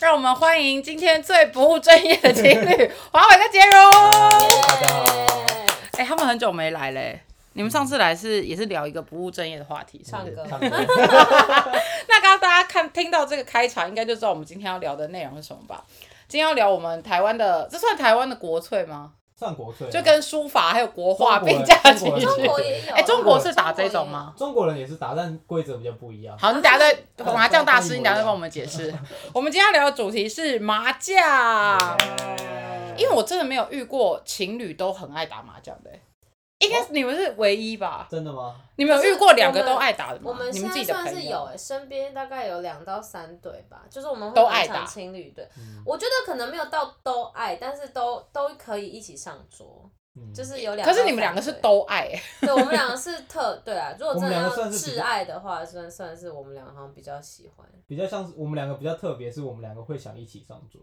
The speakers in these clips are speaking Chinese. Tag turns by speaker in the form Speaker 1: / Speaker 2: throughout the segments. Speaker 1: 让我们欢迎今天最不务正业的情侣华伟跟杰如。
Speaker 2: 大家好，
Speaker 1: 哎、他们很久没来嘞、你们上次来是也是聊一个不务正业的话题，是不
Speaker 3: 唱
Speaker 1: 是
Speaker 3: 歌
Speaker 2: 唱歌
Speaker 1: 那刚刚大家看听到这个开场，应该就知道我们今天要聊的内容是什么吧？今天要聊我们台湾的，这算台湾的国粹吗？
Speaker 2: 上国粹啊，
Speaker 1: 就跟书法还有国画
Speaker 2: 中国哎
Speaker 1: 并驾齐
Speaker 2: 中国
Speaker 3: 中
Speaker 1: 驱。
Speaker 3: 国也有啊，
Speaker 1: 哎、中国是打这种吗？
Speaker 2: 中国人也是打，但规则比较不一样。
Speaker 1: 好，你等下再
Speaker 2: 中国
Speaker 1: 麻将大师，你等下再帮我们解释。我们今天要聊的主题是麻将，因为我真的没有遇过情侣都很爱打麻将的、欸应该是你们是唯一吧？
Speaker 2: 真的吗？
Speaker 1: 你们有遇过两个都爱打的吗？
Speaker 3: 我们
Speaker 1: 你
Speaker 3: 现
Speaker 1: 们自
Speaker 3: 在
Speaker 1: 己的
Speaker 3: 算
Speaker 1: 朋
Speaker 3: 是有、
Speaker 1: 友
Speaker 3: 欸，身边大概有两到三对吧，就是我们会
Speaker 1: 都爱
Speaker 3: 蛮常
Speaker 1: 打
Speaker 3: 情侣对
Speaker 2: 嗯，
Speaker 3: 我觉得可能没有到都爱，但是都都可以一起上桌，
Speaker 2: 嗯，
Speaker 3: 就是有两到
Speaker 1: 可
Speaker 3: 三对。
Speaker 1: 是你们两个是都爱、欸，
Speaker 3: 对，我们两个是特对啊。如果真
Speaker 2: 我们
Speaker 3: 的
Speaker 2: 两
Speaker 3: 要
Speaker 2: 个算是比
Speaker 3: 挚
Speaker 2: 较
Speaker 3: 爱的话，算算是我们两个好像比较喜欢。
Speaker 2: 比较像是我们两个比较特别，是我们两个会想一起上桌，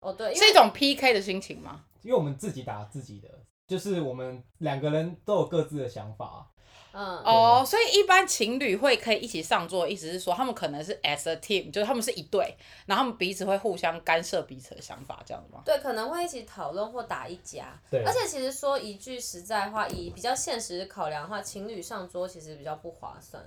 Speaker 3: 哦，对，因
Speaker 1: 是一
Speaker 3: 为
Speaker 1: 种 PK 的心情吗？
Speaker 2: 因为我们自己打自己的，就是我们两个人都有各自的想法。啊
Speaker 3: 嗯，
Speaker 1: 哦，所以一般情侣会可以一起上桌，意思是说他们可能是 as a team，就是他们是一对，然后他们彼此会互相干涉彼此的想法，这样子吗？
Speaker 3: 对，可能会一起讨论或打一家。
Speaker 2: 对，啊
Speaker 3: 而且其实说一句实在话，以比较现实考量的话，情侣上桌其实比较不划算。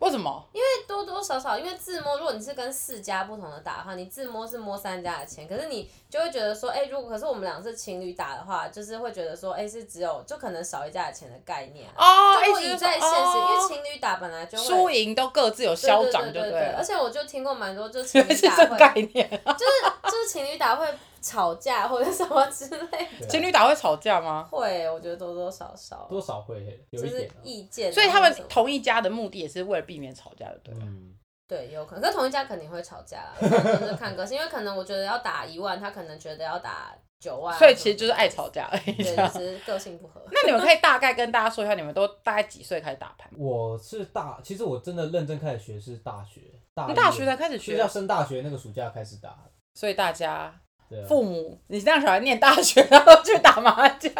Speaker 1: 为什么？
Speaker 3: 多多少少，因为自摸，如果你是跟四家不同的打的话，你自摸是摸三家的钱，可是你就会觉得说，哎、如果可是我们俩是情侣打的话，就是会觉得说，哎、是只有就可能少一家的钱的概念啊。
Speaker 1: 哦，
Speaker 3: 就
Speaker 1: 意
Speaker 3: 会
Speaker 1: 思
Speaker 3: 以
Speaker 1: 是
Speaker 3: 在现
Speaker 1: 说
Speaker 3: 实，
Speaker 1: 哦
Speaker 3: 因为情侣打本来就会
Speaker 1: 输赢都各自有消长，
Speaker 3: 对
Speaker 1: 就
Speaker 3: 对
Speaker 1: 了
Speaker 3: 而。且我就听过蛮多，就是情
Speaker 1: 原来
Speaker 3: 侣
Speaker 1: 是
Speaker 3: 打
Speaker 1: 这
Speaker 3: 会，
Speaker 1: 概 念，
Speaker 3: 就是就是情侣打会吵架或者什么之类的，
Speaker 2: 对啊
Speaker 1: 情侣打会吵架吗？
Speaker 3: 会，我觉得多多少少，
Speaker 2: 多少会有
Speaker 3: 就
Speaker 2: 一
Speaker 3: 是
Speaker 2: 点啊。
Speaker 3: 意见啊或
Speaker 1: 所
Speaker 3: 者什么，
Speaker 1: 以他们同一家的目的也是为了避免吵架的，对吧？
Speaker 2: 嗯，
Speaker 3: 对，有可能，可是同一家肯定会吵架啦，就是看个性，因为可能我觉得要打一万，他可能觉得要打九万，
Speaker 1: 所以其实就是爱吵，架而已。这
Speaker 3: 嗯对，
Speaker 1: 样
Speaker 3: 就是个性不合。
Speaker 1: 那你们可以大概跟大家说一下，你们都大概几岁开始打牌？
Speaker 2: 我是大，其实我真的认真开始学是大学，大
Speaker 1: 你
Speaker 2: 一
Speaker 1: 大学才开始
Speaker 2: 就
Speaker 1: 学
Speaker 2: 要，升大学那个暑假开始打。
Speaker 1: 所以大家
Speaker 2: 对啊，
Speaker 1: 父母，你让小孩念大学，然后去打麻将，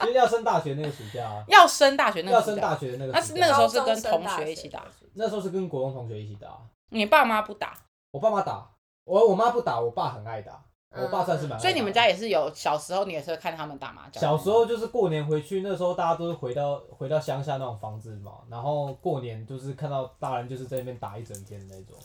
Speaker 2: 就是要升大学那个暑假啊，
Speaker 1: 要升大学那
Speaker 2: 要
Speaker 1: 个暑
Speaker 2: 升
Speaker 1: 假，
Speaker 2: 大学的那
Speaker 1: 那
Speaker 2: 个
Speaker 1: 是
Speaker 2: 暑
Speaker 1: 那个
Speaker 2: 假
Speaker 1: 时，候是跟同学一起打，
Speaker 2: 那时候是跟国中同学一起打。
Speaker 1: 你爸妈不打，
Speaker 2: 我爸妈打，我我妈不打，我爸很爱打，
Speaker 3: 嗯
Speaker 2: 我爸算是蛮爱打的。
Speaker 1: 所以你们家也是有小时候你也是会看他们打麻将。
Speaker 2: 小时候就是过年回去，那时候大家都是回到回到乡下那种房子嘛，然后过年就是看到大人就是在那边打一整天的那种，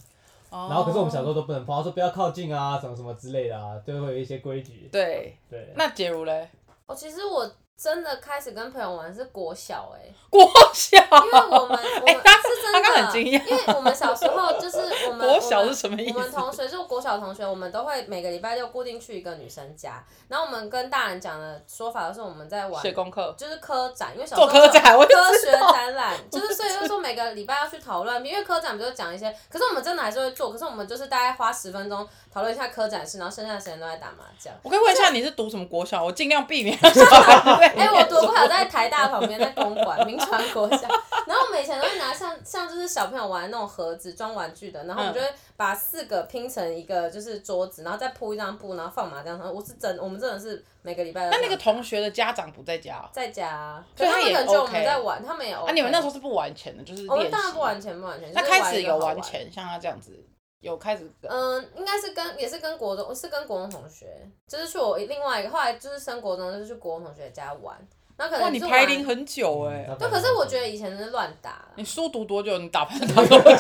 Speaker 1: 哦，
Speaker 2: 然后可是我们小时候都不能碰，他说不要靠近啊，什么什么之类的啊，就会有一些规矩。
Speaker 1: 对，
Speaker 2: 对，
Speaker 1: 那杰如嘞，
Speaker 3: 哦，其实我真的开始跟朋友玩是国小哎、
Speaker 1: 国小，
Speaker 3: 因 为我们我
Speaker 1: 哎
Speaker 3: 们
Speaker 1: 他
Speaker 3: 是真
Speaker 1: 他
Speaker 3: 的，
Speaker 1: 刚很惊讶
Speaker 3: 因为我们小时候就是 我们
Speaker 1: 国小
Speaker 3: 我们
Speaker 1: 是什么意
Speaker 3: 我们
Speaker 1: 思？
Speaker 3: 同学就国小同学，我们都会每个礼拜六固定去一个女生家，然后我们跟大人讲的说法都是我们在玩
Speaker 1: 学功课，
Speaker 3: 就是科展，因为小时
Speaker 1: 做
Speaker 3: 候
Speaker 1: 科展，我就
Speaker 3: 科
Speaker 1: 知
Speaker 3: 学
Speaker 1: 道。
Speaker 3: 展览，就是所以就说每个礼拜要去讨论，因为科展不就讲一些，可是我们真的还是会做，可是我们就是大概花十分钟讨论一下科展事，然后剩下的时间都在打麻将。
Speaker 1: 我可以问一下你是读什么国小？我尽量避免小孩子。
Speaker 3: 哎、我读国小在台大旁边，在公馆民传国小，然后我们以前都会拿像像就是小朋友玩那种盒子装玩具的，然
Speaker 1: 嗯
Speaker 3: 后我们就会把四个拼成一个就是桌子，然后再铺一张布，然后放麻将。我是真，我们真的是每个礼拜
Speaker 1: 那
Speaker 3: 都
Speaker 1: 那个同学的家长不在家哦，
Speaker 3: 在家啊，
Speaker 1: 所以他
Speaker 3: 可是
Speaker 1: 也
Speaker 3: 们可能觉得我
Speaker 1: OK
Speaker 3: 们在玩，他们也 OK。
Speaker 1: 啊，你们那时候是不玩钱的，就是
Speaker 3: 我
Speaker 1: 练
Speaker 3: 哦们当然
Speaker 1: 习
Speaker 3: 不。玩钱，不玩钱。
Speaker 1: 那
Speaker 3: 就是
Speaker 1: 开
Speaker 3: 玩
Speaker 1: 始
Speaker 3: 一个
Speaker 1: 有
Speaker 3: 好
Speaker 1: 玩
Speaker 3: 玩
Speaker 1: 钱，像他这样子，有开始
Speaker 3: 嗯，应该是跟也是跟国中，是跟国中同学，就是去我另外一个，后来就是升国中，就是去国中同学家玩，那可
Speaker 1: 哇，
Speaker 3: 能
Speaker 1: 你
Speaker 3: 就是
Speaker 1: 排
Speaker 3: 玩。
Speaker 1: 龄很久哎、
Speaker 2: 嗯
Speaker 3: 对，可是我觉得以前是乱 打啦，
Speaker 1: 你书读多久？你打牌 打多久、
Speaker 3: 可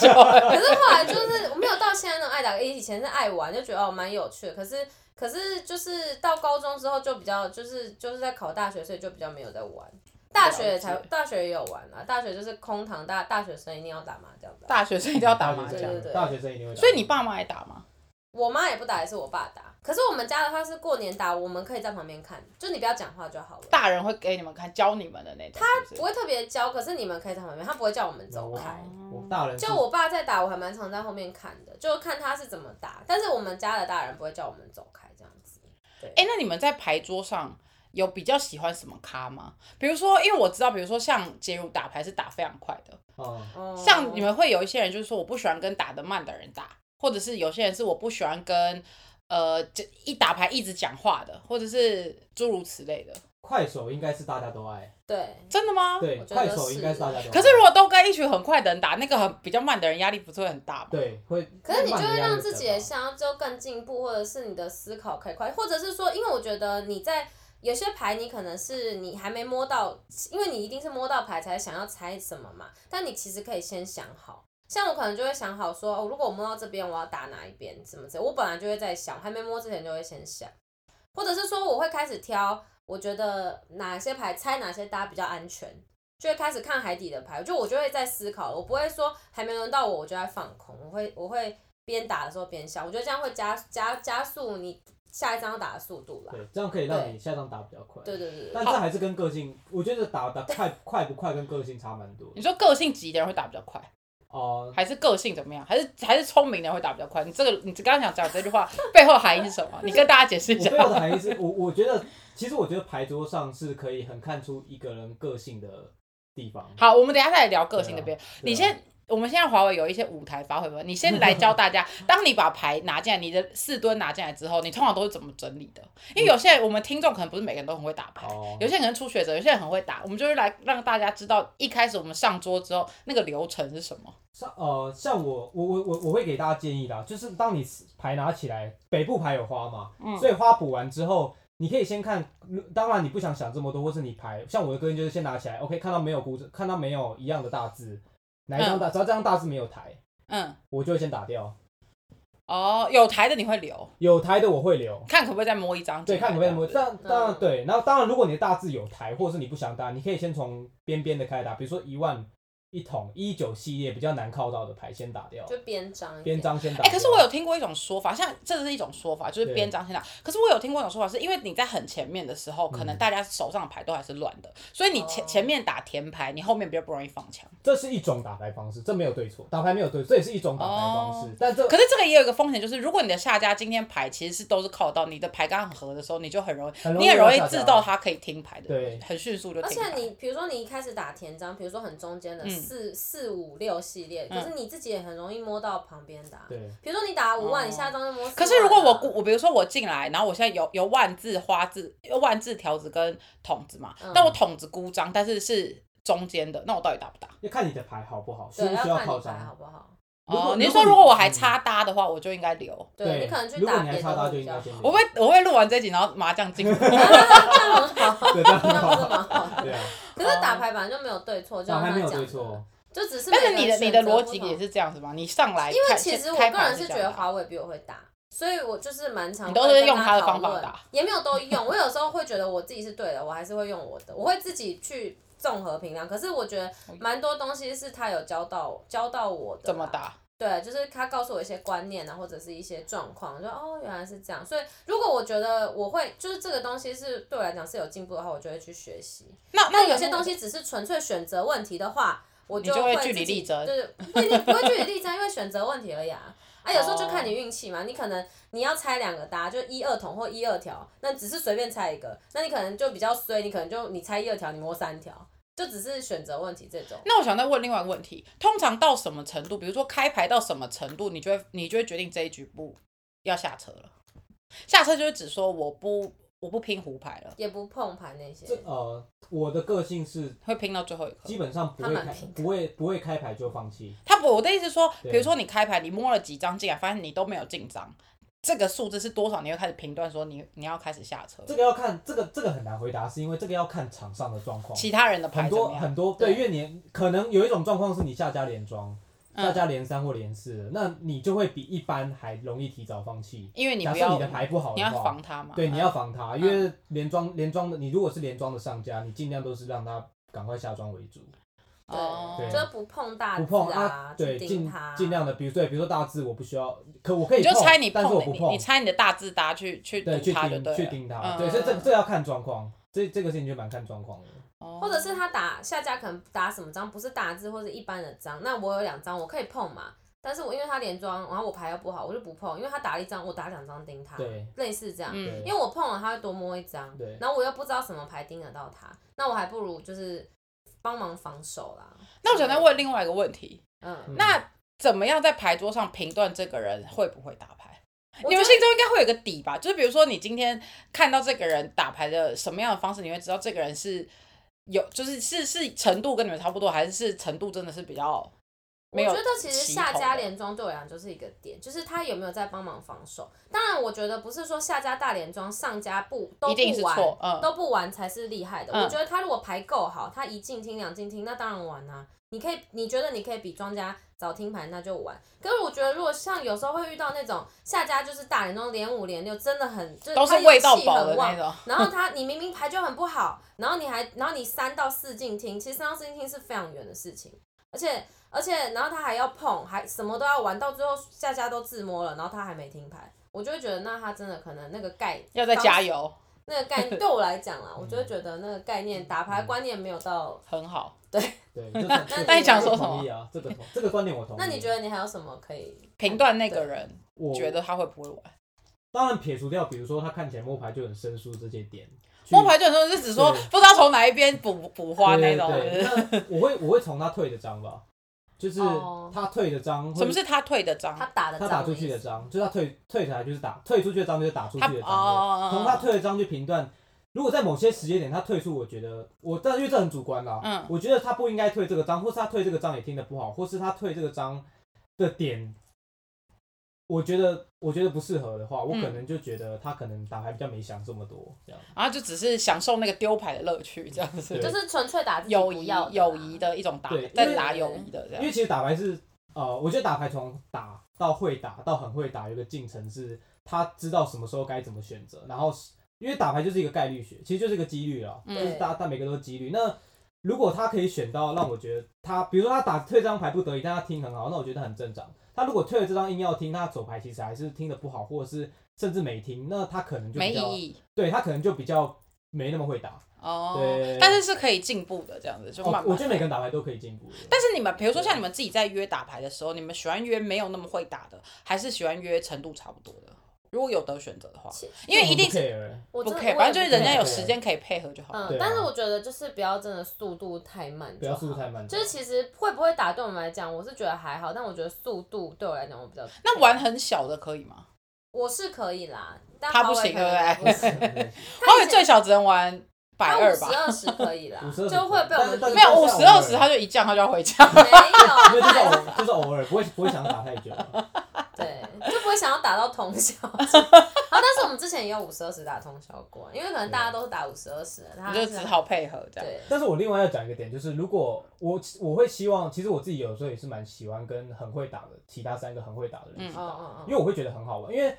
Speaker 3: 是后来就是我没有到现在那种爱打，以前是爱玩，就觉得哦蛮有趣的。可是可是就是到高中之后就比较就是就是在考大学，所以就比较没有在玩。大学也才
Speaker 1: 了解
Speaker 3: 大学也有玩啊，大学就是空堂大大学生一定要打麻将的啊。
Speaker 1: 大学生一定要打麻
Speaker 3: 对
Speaker 1: 将，
Speaker 3: 对对
Speaker 2: 大学生一定会打。
Speaker 1: 所以你爸妈也打吗？
Speaker 3: 我妈也不打，也是我爸打。可是我们家的话是过年打，我们可以在旁边看，就你不要讲话就好了。
Speaker 1: 大人会给你们看，教你们的那种。他
Speaker 3: 不会特别教，可是你们可以在旁边，他不会叫我们走
Speaker 2: 我
Speaker 3: 开。
Speaker 2: 我大人是
Speaker 3: 就我爸在打，我还蛮常在后面看的，就看他是怎么打。但是我们家的大人不会叫我们走开这样子。
Speaker 1: 哎、那你们在牌桌上有比较喜欢什么咖吗？比如说，因为我知道，比如说像杰如打牌是打非常快的，
Speaker 2: 嗯
Speaker 3: 哦
Speaker 1: 像你们会有一些人就是说我不喜欢跟打得慢的人打，或者是有些人是我不喜欢跟呃这一打牌一直讲话的，或者是诸如此类的。
Speaker 2: 快手应该是大家都爱，
Speaker 3: 对，
Speaker 1: 真的吗？
Speaker 2: 对，
Speaker 3: 我觉
Speaker 2: 快
Speaker 3: 得
Speaker 2: 手应该是大家都爱。
Speaker 1: 可是如果都跟一群很快的人打，那个很比较慢的人压力不是会很大吗？
Speaker 2: 对会，
Speaker 3: 可是你就会让自己的
Speaker 2: 也
Speaker 3: 想要就更进步，或者是你的思考可以快，或者是说，因为我觉得你在有些牌你可能是你还没摸到，因为你一定是摸到牌才想要猜什么嘛，但你其实可以先想好。像我可能就会想好说，哦，如果我摸到这边，我要打哪一边，怎么怎，我本来就会在想，还没摸之前就会先想，或者是说我会开始挑，我觉得哪些牌猜哪些搭比较安全，就会开始看海底的牌，就我就会在思考了，我不会说还没轮到我我就在放空，我会我会边打的时候边想，我觉得这样会加加加速你下一张要打的速度啦。
Speaker 2: 对，这样可以让你下仗打比较快。
Speaker 3: 对对对对，
Speaker 2: 但这还是跟个性，我觉得打打快快不快跟个性差蛮多的
Speaker 1: 你。说个性急的人会打比较快，
Speaker 2: 哦、
Speaker 1: 还是个性怎么样？还是还是聪明的人会打比较快？你这个你刚刚想讲这句话 背后含义是什么？你跟大家解释一
Speaker 2: 我
Speaker 1: 下
Speaker 2: 背。后的含义 是我我觉得，其实我觉得牌桌上是可以很看出一个人个性的地方。啊
Speaker 1: 好，我们等一下再来聊个性
Speaker 2: 对
Speaker 1: 那
Speaker 2: 啊
Speaker 1: 边。
Speaker 2: 对啊
Speaker 1: 你先，我们现在华为有一些舞台发挥吧，你先来教大 家，当你把牌拿进来，你的四吨拿进来之后，你通常都是怎么整理的？因为有些人我们听众可能不是每个人都很会打牌，
Speaker 2: 哦
Speaker 1: 有些人可能初学者，有些人很会打，我们就是来让大家知道一开始我们上桌之后那个流程是什么。
Speaker 2: 像呃，像我我我我我会给大家建议啦，就是当你牌拿起来，北部牌有花嘛，
Speaker 1: 嗯
Speaker 2: 所以花补完之后，你可以先看，如当然你不想想这么多，或是你牌，像我的个人就是先拿起来，OK，看到没有鼓，看到没有一样的大字，哪一张大，只要这张大字没有台，
Speaker 1: 嗯，
Speaker 2: 我就会先打掉，
Speaker 1: 哦，有台的你会留，
Speaker 2: 有台的我会留。
Speaker 1: 看可不可以再摸一张进
Speaker 2: 对，
Speaker 1: 来。
Speaker 2: 看你会怎么。当当然
Speaker 3: 嗯
Speaker 2: 对，然后当然，如果你的大字有台，或者是你不想搭，你可以先从边边的开始打，比如说一万一桶一九系列比较难靠到的牌先打掉，
Speaker 3: 就边张一点
Speaker 2: 边张先打
Speaker 1: 哎、
Speaker 2: 掉。
Speaker 1: 可是我有听过一种说法，像这是一种说法，就是边张先打。可是我有听过一种说法，是因为你在很前面的时候，可
Speaker 2: 嗯
Speaker 1: 能大家手上的牌都还是乱的，所以你前
Speaker 3: 哦
Speaker 1: 前面打甜牌，你后面比较不容易放枪。
Speaker 2: 这是一种打牌方式，这没有对错，打牌没有对，这也是一种打牌方式，但这
Speaker 1: 哦可是这个也有一个风险，就是如果你的下家今天牌其实是都是靠到你的牌刚很合的时候，你就很容易，
Speaker 2: 很容易
Speaker 1: 你很容易
Speaker 2: 让下家
Speaker 1: 自动它可以听牌的，
Speaker 2: 对
Speaker 1: 很迅速就
Speaker 3: 而
Speaker 1: 听
Speaker 3: 且
Speaker 1: 牌。
Speaker 3: 你比如说你一开始打田章，比如说很中间的
Speaker 1: 嗯
Speaker 3: 四、四五六系列，可
Speaker 1: 嗯
Speaker 3: 是你自己也很容易摸到旁边打。
Speaker 2: 对
Speaker 3: 比如说你打五万，
Speaker 1: 哦
Speaker 3: 你下一张就摸四万啊。
Speaker 1: 可是如果我估我比如说我进来，然后我现在有有万字花字、有万字条子跟筒子嘛，
Speaker 3: 嗯
Speaker 1: 但我筒子孤张，但是是中间的，那我到底打不打？
Speaker 2: 要看你的牌好不好，需
Speaker 3: 对，
Speaker 2: 不
Speaker 3: 要
Speaker 2: 需要
Speaker 3: 看
Speaker 2: 靠
Speaker 3: 你牌好
Speaker 2: 张。
Speaker 3: 不好？
Speaker 2: 如果
Speaker 1: 哦，你
Speaker 2: 如
Speaker 1: 是
Speaker 2: 果
Speaker 1: 说
Speaker 2: 你嗯
Speaker 1: 如果我还插搭的话，我就应该留。
Speaker 3: 对你可能去
Speaker 2: 如果
Speaker 3: 打
Speaker 2: 你还
Speaker 3: 别的
Speaker 2: 差搭就
Speaker 3: 会
Speaker 2: 应
Speaker 3: 比较
Speaker 2: 该
Speaker 3: 好。
Speaker 2: 先留。
Speaker 1: 我会我会录完这集，然后麻将 进入。
Speaker 3: 那很好，
Speaker 2: 对，这样很
Speaker 3: 那不是蛮
Speaker 2: 好。
Speaker 3: 好的。
Speaker 2: 对 啊，
Speaker 3: 可是打牌本来就没有对错，就
Speaker 2: 打
Speaker 3: 像
Speaker 2: 牌
Speaker 3: 他
Speaker 2: 没有
Speaker 3: 讲
Speaker 2: 对
Speaker 3: 的，
Speaker 2: 错，
Speaker 3: 就只是
Speaker 1: 但是
Speaker 3: 每
Speaker 1: 你
Speaker 3: 人
Speaker 1: 的你
Speaker 3: 选
Speaker 1: 的
Speaker 3: 择
Speaker 1: 逻
Speaker 3: 不
Speaker 1: 辑
Speaker 3: 同
Speaker 1: 也是这样子吗？你上来
Speaker 3: 因为
Speaker 1: 看
Speaker 3: 其
Speaker 1: 先
Speaker 3: 实我
Speaker 1: 开
Speaker 3: 个
Speaker 1: 盘
Speaker 3: 人是
Speaker 1: 这
Speaker 3: 觉
Speaker 1: 样
Speaker 3: 得
Speaker 1: 吗
Speaker 3: 华为比我会打，所以我就是蛮常
Speaker 1: 你都
Speaker 3: 会
Speaker 1: 是
Speaker 3: 跟
Speaker 1: 用
Speaker 3: 他
Speaker 1: 他的
Speaker 3: 讨
Speaker 1: 方法
Speaker 3: 论
Speaker 1: 打，
Speaker 3: 也没有都用。我有时候会觉得我自己是对的，我还是会用我的，我会自己去综合评量。可是我觉得蛮多东西是他有教到我教到我的
Speaker 1: 嗯怎么
Speaker 3: 啦？
Speaker 1: 打？
Speaker 3: 对，就是他告诉我一些观念啊，或者是一些状况，就哦原来是这样。所以如果我觉得我会就是这个东西是对我来讲是有进步的话，我就会去学习。
Speaker 1: 那
Speaker 3: 那
Speaker 1: 那
Speaker 3: 有些东西只是纯粹选择问题的话，我
Speaker 1: 你就会
Speaker 3: 会
Speaker 1: 据理
Speaker 3: 自己
Speaker 1: 力争
Speaker 3: 对，不一定不会据理力争，因为选择问题而已啊。啊，有时候就
Speaker 1: 哦
Speaker 3: 看你运气嘛，你可能你要猜两个搭，就一二筒或一二条，那只是随便猜一个，那你可能就比较衰，你可能就你猜一二条，你摸三条，就只是选择问题这种。
Speaker 1: 那我想再问另外一个问题：通常到什么程度，比如说开牌到什么程度，你就会你就会决定这一局不要下车了？下车就是只说我不我不拼胡牌了，
Speaker 3: 也不碰盘那些
Speaker 2: 这，呃，我的个性是
Speaker 1: 会拼到最后一刻
Speaker 2: 基。本上不会
Speaker 3: 他蛮
Speaker 2: 开
Speaker 3: 平，的
Speaker 2: 不会不会开牌就放弃。
Speaker 1: 他不，我的意思是说，
Speaker 2: 对
Speaker 1: 比如说你开牌，你摸了几张进来，发现你都没有进张，这个数字是多少，你会开始评断说你你要开始下车。
Speaker 2: 这个要看这个这个很难回答，是因为这个要看场上的状况，
Speaker 1: 其他人的牌
Speaker 2: 哦很
Speaker 1: 怎么
Speaker 2: 多
Speaker 1: 样？
Speaker 2: 很多对，因为你可能有一种状况是你下家连庄，
Speaker 1: 嗯
Speaker 2: 下家连三或连四的，那你就会比一般还容易提早放弃。
Speaker 1: 因为你
Speaker 2: 假
Speaker 1: 不
Speaker 2: 设
Speaker 1: 要
Speaker 2: 你的牌不好
Speaker 1: 你
Speaker 2: 的
Speaker 1: 要
Speaker 2: 话，
Speaker 1: 防他嘛。
Speaker 2: 对，你
Speaker 1: 嗯
Speaker 2: 要防它，因为连庄连庄的，你如果是连庄的上家，你尽量都是让他赶快下庄为主，
Speaker 1: 哦
Speaker 3: 对，
Speaker 2: 对
Speaker 3: 就是不碰大
Speaker 2: 不碰
Speaker 3: 字啊，
Speaker 2: 对，
Speaker 3: 去盯
Speaker 2: 尽
Speaker 3: 它，
Speaker 2: 尽量的，比如对，比如说大字我不需要，可我可以
Speaker 1: 你就
Speaker 2: 碰
Speaker 1: 猜你
Speaker 2: 但是我
Speaker 1: 碰
Speaker 2: 不
Speaker 1: 你，你
Speaker 2: 碰，
Speaker 1: 猜你的大字搭去去
Speaker 2: 对，去
Speaker 1: 堵他就
Speaker 2: 盯
Speaker 1: 对
Speaker 2: 去
Speaker 1: 了。
Speaker 2: 盯
Speaker 1: 嗯
Speaker 2: 它，对，所以这这要看状况，这这个事情就蛮看状况的。
Speaker 1: 哦
Speaker 3: 或者是他打下家可能打什么章，不是大字或者一般的章，那我有两张我可以碰嘛，但是我因为他连庄，然后我牌又不好，我就不碰，因为他打了一张，我打两张盯他，
Speaker 2: 对
Speaker 3: 类似这样，
Speaker 1: 嗯
Speaker 2: 对
Speaker 3: 因为我碰了他会多摸一张
Speaker 2: 对，
Speaker 3: 然后我又不知道什么牌盯得到他，那我还不如就是帮忙防守啦。
Speaker 1: 那我想再问另外一个问题，
Speaker 3: 嗯，
Speaker 2: 嗯
Speaker 1: 那怎么样在牌桌上评断这个人会不会打牌？
Speaker 3: 我
Speaker 1: 你们
Speaker 3: 觉得
Speaker 1: 心中应该会有个底吧？就是比如说，你今天看到这个人打牌的什么样的方式，你会知道这个人是有，就是是是程度跟你们差不多，还是是程度真的是比较没有
Speaker 3: 我
Speaker 1: 齐
Speaker 3: 觉
Speaker 1: 头
Speaker 3: 得
Speaker 1: 的？
Speaker 3: 其实下家连庄对我来讲就是一个点，就是他有没有在帮忙防守。当然，我觉得不是说下家大连庄、上家不都
Speaker 1: 一定是
Speaker 3: 不玩
Speaker 1: 错，嗯
Speaker 3: 都不玩才是厉害的。
Speaker 1: 嗯
Speaker 3: 我觉得他如果牌够好，他一进听两进听，那当然玩啊。你可以，你觉得你可以比庄家早听牌，那就玩。可是我觉得，如果像有时候会遇到那种下家就是大连庄连五连六，真的很就是
Speaker 1: 都是
Speaker 3: 他
Speaker 1: 味道
Speaker 3: 游戏
Speaker 1: 饱
Speaker 3: 很
Speaker 1: 的
Speaker 3: 旺
Speaker 1: 那种。
Speaker 3: 然后他，你明明牌就很不好，然后你还，然后你三到四进厅，其实三到四进厅是非常远的事情，而且而且，然后他还要碰，还什么都要玩，到最后下家都自摸了，然后他还没听牌，我就会觉得那他真的可能那个概
Speaker 1: 要再加
Speaker 3: 方
Speaker 1: 油，
Speaker 3: 那个 概念对我来讲啦，我就
Speaker 2: 嗯
Speaker 3: 会觉得那个概念打牌观念没有到。
Speaker 1: 很好，
Speaker 2: 对， 就是这个
Speaker 3: 那你想
Speaker 1: 说什么
Speaker 2: 我同意啊，这个同这个观点我同意。
Speaker 3: 那你觉得你还有什么可以？
Speaker 1: 评断那个人
Speaker 2: 我
Speaker 1: 觉得他会不会玩
Speaker 2: 当然撇除掉，比如说他看起来摸牌就很生疏这些点，
Speaker 1: 摸牌就很多，就只说
Speaker 2: 对
Speaker 1: 不知道从哪一边补补花那种。
Speaker 2: 对，
Speaker 1: 是不是
Speaker 2: 对那我会我会从他退的张吧，就是
Speaker 3: 哦
Speaker 2: 他退的张会，
Speaker 1: 什么是他退的
Speaker 3: 他
Speaker 1: 章？
Speaker 3: 打的
Speaker 2: 啊他打出去的张，就是他退退台就是打退出去的张就是打出去的
Speaker 1: 他哦
Speaker 2: 张，从他退的张去评断。如果在某些时间点他退出，我觉得我但因为这很主观啦，
Speaker 1: 嗯
Speaker 2: 我觉得他不应该退这个张，或是他退这个张也听得不好，或是他退这个张的点，我觉得我觉得不适合的话，我可
Speaker 1: 嗯
Speaker 2: 能就觉得他可能打牌比较没想这么多，这样
Speaker 1: 然后就只是享受那个丢牌的乐趣，这样子。
Speaker 2: 对
Speaker 3: 就是纯粹打自 己
Speaker 1: 友
Speaker 3: 不
Speaker 1: 谊
Speaker 3: 要的啦
Speaker 1: 友谊的一种打
Speaker 2: 啊对，
Speaker 1: 在
Speaker 2: 因为
Speaker 1: 打友谊的这
Speaker 2: 因为
Speaker 1: 样。
Speaker 2: 其实打牌是，呃，我觉得打牌从打到会打到很会打，有一个进程是他知道什么时候该怎么选择，然后是因为打牌就是一个概率学，其实就是一个几率啦，
Speaker 1: 嗯
Speaker 2: 就是
Speaker 3: 对
Speaker 2: 大但每个都是几率。那如果他可以选到让我觉得他，比如说他打退这张牌不得已，但他听很好，那我觉得很正常。他如果退了这张硬要听，那他走牌其实还是听的不好，或者是甚至没听，那他可能就
Speaker 1: 没
Speaker 2: 比
Speaker 1: 意
Speaker 2: 较，
Speaker 1: 义
Speaker 2: 对他可能就比较没那么会打。
Speaker 1: 哦
Speaker 2: 对，
Speaker 1: 但是是可以进步的，这样子就
Speaker 2: 哦
Speaker 1: 慢慢。
Speaker 2: 我觉得每个人打牌都可以进步的。
Speaker 1: 但是你们，比如说像你们自己在约打牌的时候，你们喜欢约没有那么会打的，还是喜欢约程度差不多的？如果有得选择的话
Speaker 3: 其，
Speaker 1: 因为一定
Speaker 2: 这
Speaker 1: 是
Speaker 2: 种不 care 欸
Speaker 3: 我
Speaker 1: 不
Speaker 3: 真的
Speaker 1: 可以，
Speaker 3: 我
Speaker 1: 反
Speaker 3: 也
Speaker 1: 正就是
Speaker 3: 不
Speaker 1: 人家
Speaker 3: 可以
Speaker 1: 有
Speaker 2: 对
Speaker 1: 时间可以配合就好。
Speaker 3: 嗯
Speaker 2: 对，啊
Speaker 3: 但是我觉得就是不要真的速度太慢，
Speaker 2: 不要速度太慢
Speaker 3: 就是其实会不会打对我们来讲，我是觉得还好，但我觉得速度对我来讲我比较
Speaker 1: 那玩很小的可以吗？
Speaker 3: 我是可以啦，但
Speaker 1: 他
Speaker 3: 华
Speaker 1: 不
Speaker 3: 为
Speaker 1: 行
Speaker 3: 可
Speaker 1: 对
Speaker 3: 能
Speaker 1: 不对
Speaker 3: 不行
Speaker 1: 华为最小只能玩百
Speaker 3: 他
Speaker 1: 二
Speaker 3: 五十
Speaker 1: 吧，
Speaker 3: 二十可以啦，
Speaker 2: 52
Speaker 3: 就会被我们
Speaker 2: 但
Speaker 1: 没有五十二十
Speaker 2: 52
Speaker 1: 他就一降，他就要回家。
Speaker 3: 没有
Speaker 2: 因为就是偶就是偶尔，不会不会想打太久。
Speaker 3: 对，就不会想要打到通宵。 好，但是我们之前也有五十二十打通宵过，因为可能大家都是打五十二十，他
Speaker 1: 你就只好配合这样。
Speaker 3: 啊对
Speaker 2: 但是我另外要讲一个点，就是如果我我会希望，其实我自己有时候也是蛮喜欢跟很会打的其他三个很会打的人一起
Speaker 3: 哦
Speaker 2: 打，
Speaker 3: 哦
Speaker 2: 因
Speaker 3: 哦，
Speaker 2: 为我会觉得很好玩。因为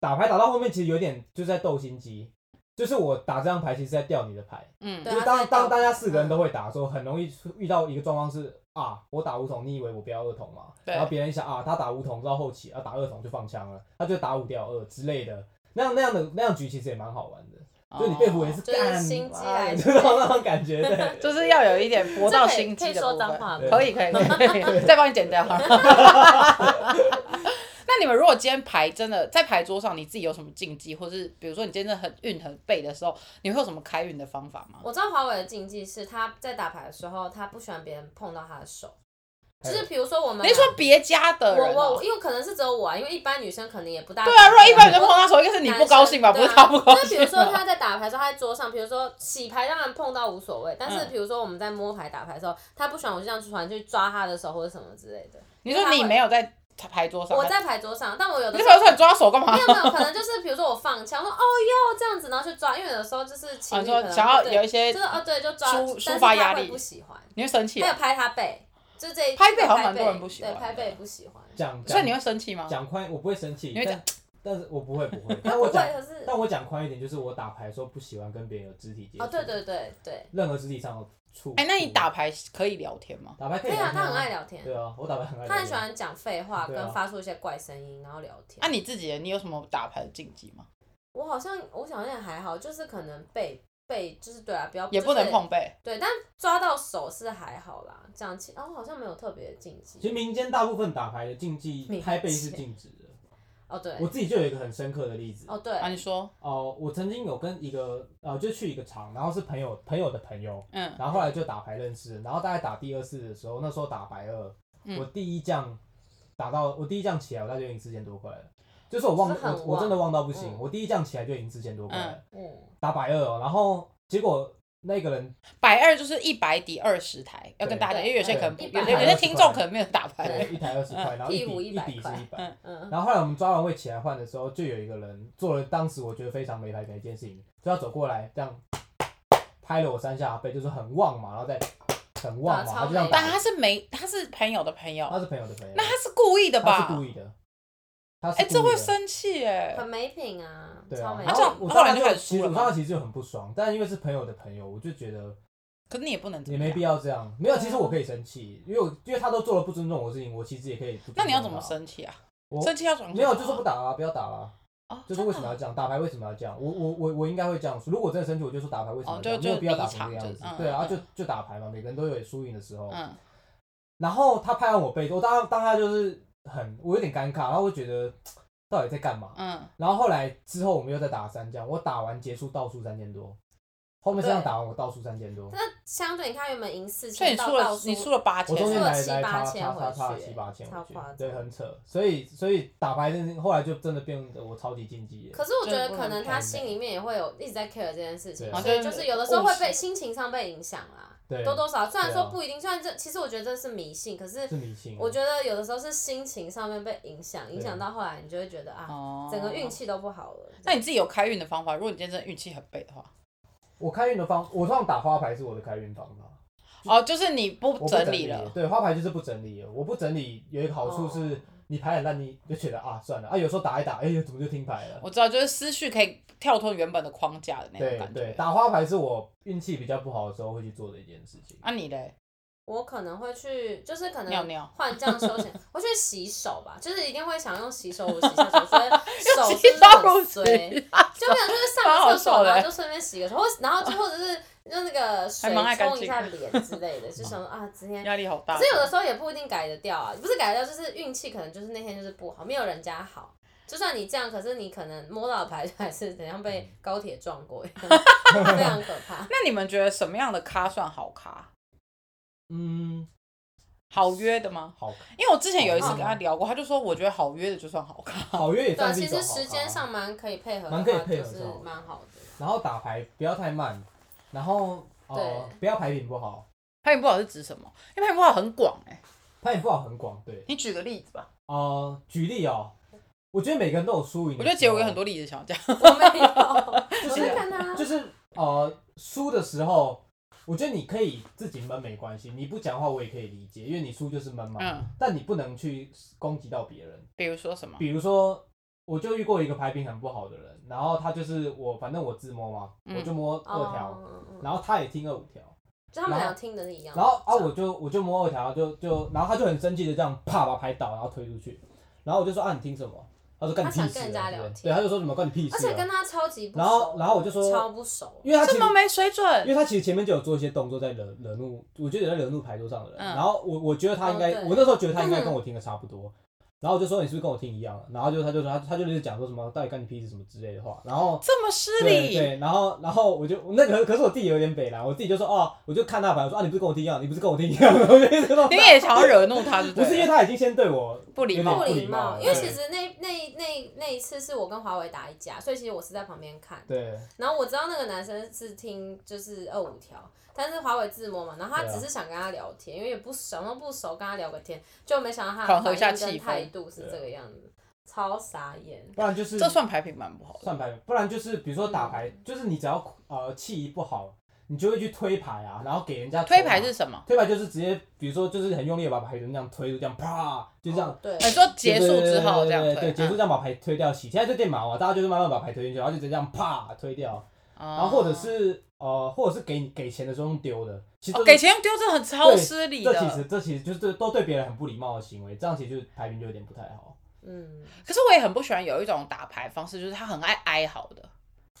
Speaker 2: 打牌打到后面，其实有点就是在斗心机，就是我打这张牌，其实在掉你的牌。
Speaker 1: 嗯
Speaker 3: 对，啊
Speaker 2: 就是
Speaker 3: 他
Speaker 2: 当
Speaker 3: 在
Speaker 2: 当
Speaker 3: 斗嗯
Speaker 2: 大家四个人都会打的时候，很容易出遇到一个状况是啊，我打五筒，你以为我不要二筒嘛？
Speaker 1: 对
Speaker 2: 然后别人一想啊，他打五筒到后期，啊打二筒就放枪了，他就打五掉二之类的，那样那样的那样局其实也蛮好玩的。
Speaker 3: 啊
Speaker 2: 就你被唬也是
Speaker 3: 哦就是
Speaker 2: 干，
Speaker 3: 心机
Speaker 2: 妈
Speaker 3: 来
Speaker 2: 的
Speaker 3: 着
Speaker 2: 知道那种感觉 对。
Speaker 1: 就是要有一点搏到
Speaker 3: 这可以
Speaker 1: 心机
Speaker 3: 可以
Speaker 1: 的
Speaker 3: 说
Speaker 1: 部
Speaker 3: 脏话
Speaker 2: 吗
Speaker 1: 分，可以可以 可以，再帮 你剪掉。那你们如果今天牌真的在牌桌上，你自己有什么禁忌，或是比如说你今天真的很运很背的时候，你会有什么开运的方法吗？
Speaker 3: 我知道华为的禁忌是他在打牌的时候，他不喜欢别人碰到他的手，就是比如说我们
Speaker 1: 你是说别家的人、
Speaker 3: 我
Speaker 1: 哦
Speaker 3: 我因为可能是只有我啊，因为一般女生可能也不大
Speaker 1: 对啊，如果一般人碰到手，应该是你不高兴吧，不
Speaker 3: 男生啊
Speaker 1: 是他不高
Speaker 3: 就比
Speaker 1: 兴
Speaker 3: 如说
Speaker 1: 吧。
Speaker 3: 他在打牌的时候，他在桌上，比如说洗牌，当然碰到无所谓。但
Speaker 1: 嗯
Speaker 3: 是比如说我们在摸牌打牌的时候，他不喜欢我就这样突然去抓他的手或者什么之类的。
Speaker 1: 你说你没有在牌桌上，
Speaker 3: 我在牌桌上，但我有
Speaker 1: 你
Speaker 3: 的
Speaker 1: 在牌
Speaker 3: 时候
Speaker 1: 桌。上你抓手干嘛
Speaker 3: 没？有没有，可能就是比如说我放枪，我说哦哟这样子，然后去抓，因为有的时候就是情
Speaker 1: 啊，你
Speaker 3: 侣可
Speaker 1: 说
Speaker 3: 能
Speaker 1: 想要
Speaker 3: 对
Speaker 1: 有一些
Speaker 3: 就是，哦对，就抓，
Speaker 1: 抒
Speaker 3: 但是
Speaker 1: 抒发压
Speaker 3: 他会
Speaker 1: 力
Speaker 3: 不喜欢，
Speaker 1: 你会生气
Speaker 3: 还有
Speaker 1: 啊，
Speaker 3: 拍他背，就这一
Speaker 1: 拍背好像
Speaker 3: 拍
Speaker 1: 蛮多人不喜
Speaker 3: 对
Speaker 1: 欢
Speaker 3: 拍
Speaker 1: 的
Speaker 3: 背不喜欢，
Speaker 2: 讲
Speaker 1: 所以
Speaker 2: 讲
Speaker 1: 你会生气吗？
Speaker 2: 讲宽，我不会生气
Speaker 1: 你会，讲
Speaker 2: 但但是我不会不 会，但
Speaker 3: 不
Speaker 2: 我
Speaker 3: 会
Speaker 2: 讲
Speaker 3: 可是
Speaker 2: 但我讲宽一点，就是我打牌的时候不喜欢跟别人有肢体接触。
Speaker 3: 哦对，对对对，
Speaker 2: 任何肢体上的触。
Speaker 1: 哎，那你打牌可以聊天吗？
Speaker 2: 打牌可以
Speaker 3: 对
Speaker 2: 聊
Speaker 3: 啊，
Speaker 2: 天
Speaker 3: 他很爱。聊天，
Speaker 2: 对啊，我打牌很爱聊天。
Speaker 3: 他很喜欢讲废话，
Speaker 2: 对啊
Speaker 3: 跟发出一些怪声音，然后聊天。
Speaker 1: 那、你自己呢，你有什么打牌的禁忌吗？
Speaker 3: 我好像我想像还好，就是可能被被就是对啊，不要
Speaker 1: 也不能，碰背，
Speaker 3: 就是对，但抓到手是还好啦。这样其哦好像没有特别的禁
Speaker 2: 其
Speaker 3: 忌
Speaker 2: 实民间大部分打牌的竞技
Speaker 3: 民间
Speaker 2: 拍背是禁止的。
Speaker 3: 哦，对
Speaker 2: 我自己就有一个很深刻的例子。
Speaker 3: 哦对
Speaker 1: 啊，你说，
Speaker 2: 哦，我曾经有跟一个呃，就去一个场，然后是朋友朋友的朋友，
Speaker 1: 嗯，
Speaker 2: 然后后来就打牌认识，然后大概打第二次的时候，那时候打白二，
Speaker 1: 嗯
Speaker 2: 我第一将打到我第一将起来，我大概就赢四千多块了。就是我忘
Speaker 3: 是很
Speaker 2: 我我
Speaker 3: 忘
Speaker 2: 真的忘到不行，
Speaker 3: 嗯
Speaker 2: 我第一仗起来就已经四千多块了，
Speaker 3: 嗯，
Speaker 2: 打百二哦，然后结果那个人
Speaker 1: 百二就是一百抵二十台，要跟
Speaker 2: 对
Speaker 1: 大家，因为有些
Speaker 3: 对
Speaker 1: 可能不
Speaker 3: 一
Speaker 1: 有
Speaker 3: 百
Speaker 1: 有些听众可能没有打
Speaker 2: 对
Speaker 1: 牌，
Speaker 2: 一台二十块，然后一
Speaker 3: 屁股
Speaker 2: 底一
Speaker 3: 100
Speaker 2: 底是
Speaker 3: 块
Speaker 2: 一百
Speaker 1: 嗯，
Speaker 3: 嗯，
Speaker 2: 然后后来我们抓完位起来换的时候，就有一个人做了当时我觉得非常没牌的一件事情，就要走过来这样拍了我三下背，就是很旺嘛，然后再很旺嘛，
Speaker 3: 打
Speaker 2: 他就这样
Speaker 1: 但
Speaker 2: 打
Speaker 1: 他，是没他是朋友的朋友，
Speaker 2: 他是朋友的朋友，
Speaker 1: 那他是故意的
Speaker 2: 他
Speaker 1: 吧？
Speaker 2: 是故意的，他是
Speaker 1: 哎，这
Speaker 2: 故意
Speaker 1: 会
Speaker 2: 的
Speaker 1: 生气哎，
Speaker 3: 很没品啊，
Speaker 2: 对
Speaker 3: 超
Speaker 2: 啊
Speaker 3: 没，
Speaker 2: 然
Speaker 1: 这样
Speaker 2: 后我
Speaker 1: 后
Speaker 2: 当
Speaker 1: 来
Speaker 2: 时
Speaker 1: 就
Speaker 2: 就
Speaker 1: 开始
Speaker 2: 其
Speaker 1: 输
Speaker 2: 实
Speaker 1: 了
Speaker 2: 我
Speaker 1: 吗
Speaker 2: 当时其实就很不爽，但因为是朋友的朋友，我就觉得
Speaker 1: 可是你也不能怎
Speaker 2: 也
Speaker 1: 么
Speaker 2: 没
Speaker 1: 样
Speaker 2: 必。要这样。没有，其实我可以生气，因为我因为他都做了不尊重我的事情，我其实也可以不尊重他。
Speaker 1: 那你要怎么生气啊？
Speaker 2: 我
Speaker 1: 生气要转
Speaker 2: 没有，就是不打啊了，不要打了。
Speaker 1: 哦，
Speaker 2: 就是为什么
Speaker 1: 真的
Speaker 2: 要这样打牌？为什么要这样？我我我我应该会这样说。如果我真的生气，我就说打牌为什么要这样？
Speaker 1: 哦就
Speaker 2: 没有必要打
Speaker 1: 就
Speaker 2: 成这个样
Speaker 1: 离
Speaker 2: 子
Speaker 1: 场。就
Speaker 2: 对啊，
Speaker 1: 嗯
Speaker 2: 就就打牌嘛，每个人都有输赢的时候。
Speaker 1: 啊？
Speaker 2: 然后他拍完我背，我当当下就是很我有点尴尬，然后我觉得到底在干嘛？
Speaker 1: 嗯嗯，
Speaker 2: 然后后来之后我们又再打三将，我打完结束倒数三千多，后面这样打完我倒数三千多，
Speaker 3: 那相对你看原本赢四
Speaker 1: 所以
Speaker 3: 千
Speaker 1: 你
Speaker 3: 到
Speaker 1: 输
Speaker 3: 倒
Speaker 1: 了，
Speaker 3: 数
Speaker 1: 你输了八千
Speaker 2: 我中间
Speaker 3: 了
Speaker 2: 来
Speaker 3: 七
Speaker 2: 来
Speaker 3: 八
Speaker 2: 差
Speaker 3: 千
Speaker 2: 差
Speaker 3: 回
Speaker 2: 差差了
Speaker 3: 去
Speaker 2: 七八千
Speaker 3: 超
Speaker 2: 回去
Speaker 3: 夸，
Speaker 2: 对，
Speaker 3: 张
Speaker 2: 很扯。所以所以打牌真的后来就真的变得我超级竞技耶，
Speaker 3: 可是我觉得
Speaker 1: 真的不能
Speaker 3: 可能他
Speaker 2: 太
Speaker 3: 心
Speaker 2: 美
Speaker 3: 里面也会有一直在 care 这件事情，
Speaker 2: 对啊
Speaker 3: 所以
Speaker 1: 就
Speaker 3: 就是是有的时候会
Speaker 1: 务
Speaker 3: 被
Speaker 1: 实
Speaker 3: 心情上被影响啦，
Speaker 2: 对，
Speaker 3: 多多少少虽然
Speaker 2: 对
Speaker 3: 说
Speaker 2: 啊
Speaker 3: 不一定，虽然这其实我觉得这是迷信，可是
Speaker 2: 是迷信啊。
Speaker 3: 我觉得有的时候是心情上面被影响，影响
Speaker 2: 对
Speaker 3: 到后来你就会觉得啊，
Speaker 1: 哦，
Speaker 3: 整个运。气都不好了。
Speaker 1: 那你自己有开运的方法？如果你今天真的运气很背的话，
Speaker 2: 我开运的方，我通常打花牌是我的开运方法，
Speaker 1: 哦，就是你
Speaker 2: 嗯我
Speaker 1: 不
Speaker 2: 不
Speaker 1: 整
Speaker 2: 理
Speaker 1: 理了，
Speaker 2: 对，花牌就是不整理了，我不整理有一个好处是
Speaker 3: 哦，
Speaker 2: 你牌很烂，你就觉得啊算了啊，有时候打一打，哎、怎么就听牌了？
Speaker 1: 我知道，就是思绪可以跳脱原本的框架的那种
Speaker 2: 对
Speaker 1: 感
Speaker 2: 对，
Speaker 1: 觉。
Speaker 2: 打花牌是我运气比较不好的时候会去做的一件事情。
Speaker 1: 那啊你嘞？
Speaker 3: 我可能会去，就是可
Speaker 1: 尿
Speaker 3: 能
Speaker 1: 尿
Speaker 3: 换这样休 闲，我去洗手吧，就是一定会想用洗手乳洗下 手，所以手
Speaker 1: 洗
Speaker 3: 真的
Speaker 1: 到
Speaker 3: 很
Speaker 1: 如此，
Speaker 3: 衰，就没有就是上
Speaker 1: 蛮
Speaker 3: 个
Speaker 1: 好
Speaker 3: 厕所
Speaker 1: 笑的
Speaker 3: 然后就顺便洗个手，或然后就或者是用那个水
Speaker 1: 还蛮爱干
Speaker 3: 冲一
Speaker 1: 净
Speaker 3: 下脸之类 的，就想说啊今天
Speaker 1: 压力好大
Speaker 3: 可是。有的时候也不一定改得掉啊，不是改得掉，就是运气可能就是那天就是不好，没有人家好。就算你这样，可是你可能摸到的牌还是怎样被高铁撞过一 样，非常可 怕。
Speaker 1: 那你们觉得什么样的咖算好咖？
Speaker 2: 嗯，
Speaker 1: 好约的吗？
Speaker 2: 好，
Speaker 1: 因为我之前有一次
Speaker 2: 好
Speaker 1: 跟
Speaker 2: 吗
Speaker 1: 他聊过，他就说我觉得好约的就算好咖。
Speaker 2: 好约也
Speaker 3: 对啊，
Speaker 2: 算是一
Speaker 3: 其
Speaker 2: 种
Speaker 3: 实
Speaker 2: 好
Speaker 3: 时
Speaker 2: 咖
Speaker 3: 间上蛮可以配合的话，
Speaker 2: 蛮可以配合
Speaker 3: 就是
Speaker 2: 上
Speaker 3: 蛮好的。
Speaker 2: 然后打牌不要太慢，然后呃
Speaker 3: 对
Speaker 2: 不要牌品不好，
Speaker 1: 拍影不好是指什么？因为拍影不好很广哎、
Speaker 2: 牌品不好很广，对。
Speaker 1: 你举个例子吧。
Speaker 2: 呃，举例哦，我觉得每个人都有输赢，
Speaker 1: 我觉得结果有很，多例子想要讲。
Speaker 3: 我没有，我
Speaker 2: 就
Speaker 3: 在
Speaker 2: 是啊
Speaker 3: 看啊他
Speaker 2: 就。是呃输的时候，我觉得你可以自己闷没关系，你不讲话我也可以理解，因为你输就是闷嘛。
Speaker 1: 嗯，
Speaker 2: 但你不能去攻击到别人，
Speaker 1: 比如说什么？
Speaker 2: 比如说。我就遇过一个牌品很不好的人，然后他就是我，反正我自摸嘛，
Speaker 1: 嗯
Speaker 2: 我就摸二条，
Speaker 3: 哦嗯嗯嗯
Speaker 2: 然后他也听二五条，
Speaker 3: 就他们
Speaker 2: 然
Speaker 3: 俩
Speaker 2: 后
Speaker 3: 听的是一样的。
Speaker 2: 然后啊，我就我就摸二条，就就然后他就很生气的这样啪把牌倒，然后推出去。然后我就说啊，你听什么？他说干你屁
Speaker 3: 他想
Speaker 2: 事
Speaker 3: 跟人
Speaker 2: 啊！
Speaker 3: 家
Speaker 2: 对
Speaker 3: 聊
Speaker 2: 不对
Speaker 3: 天
Speaker 2: 对，他就说什么关你屁事
Speaker 3: 而且
Speaker 2: 啊
Speaker 3: 跟！他超级不熟，
Speaker 2: 然后然后我就
Speaker 3: 超
Speaker 2: 说，
Speaker 3: 不熟，
Speaker 2: 因为他其
Speaker 1: 这
Speaker 2: 实
Speaker 1: 么没水准
Speaker 2: 因。为他其实前面就有做一些动作在惹惹怒，我觉得有在惹怒牌桌上的人。
Speaker 1: 嗯
Speaker 2: 然后我我觉得他应
Speaker 3: 哦
Speaker 2: 该，
Speaker 3: 对
Speaker 2: 我那时候觉得他应该跟我听的差不多。然后我就说你是不是跟我听一样啊？然后就他就说他他就一直讲说什么到底干你屁事什么之类的话。然后
Speaker 1: 这么失
Speaker 2: 对
Speaker 1: 礼，
Speaker 2: 对，然后然后我就那个可是我自己有点北啦，我自己就说哦，我就看他牌，我说啊你不是跟我听一样，你不是跟我听一样， 我就一直说
Speaker 1: 你也想要惹怒他就
Speaker 2: 不
Speaker 1: 对了，
Speaker 2: 是因为他已经先对我
Speaker 1: 不礼貌
Speaker 2: 有
Speaker 3: 不
Speaker 2: 点
Speaker 3: 礼貌。
Speaker 2: 不
Speaker 3: 因为其
Speaker 2: 对
Speaker 3: 实那那那那一次是我跟华为打一架，所以其实我是在旁边看。
Speaker 2: 对
Speaker 3: 然后我知道那个男生是听就是二五条，但是华为自摸嘛，然后他
Speaker 2: 对啊
Speaker 3: 只是想跟他聊天，因为也不熟，然后不熟跟他聊个天，就没想到他
Speaker 1: 缓
Speaker 3: 的
Speaker 1: 和一下
Speaker 3: 反应跟
Speaker 1: 气氛啊
Speaker 3: 态度是这个样子，超傻眼。
Speaker 2: 不然就是
Speaker 1: 这算牌品蛮不好的。
Speaker 2: 算牌，不然就是比如说打牌，就是你只要呃气一不好，你就会去推牌啊，然后给人家
Speaker 1: 推
Speaker 2: 抽啊
Speaker 1: 牌是什么？
Speaker 2: 推牌就是直接，比如说就是很用力的把牌人这样推，就这样啪，就这样
Speaker 3: 哦。对，
Speaker 1: 你说结束之后这样
Speaker 2: 对对对对
Speaker 1: 推，
Speaker 2: 对，结束这
Speaker 1: 嗯
Speaker 2: 样把牌推掉洗。现在就电脑啊，大家就是慢慢把牌推进去，然后就直接这样
Speaker 1: 哦
Speaker 2: 啪推掉，
Speaker 1: 啊
Speaker 2: 然后或者是呃，或者是给你给钱的时候用丢的，其实
Speaker 1: 哦
Speaker 2: 这
Speaker 1: 给
Speaker 2: 是
Speaker 1: 钱用丢，这很超失礼
Speaker 2: 这其
Speaker 1: 的。
Speaker 2: 实这其实就是都对别人很不礼貌的行为，这样其实就是排名就有点不太好。
Speaker 3: 嗯，
Speaker 1: 可是我也很不喜欢有一种打牌方式，就是他很爱哀嚎的，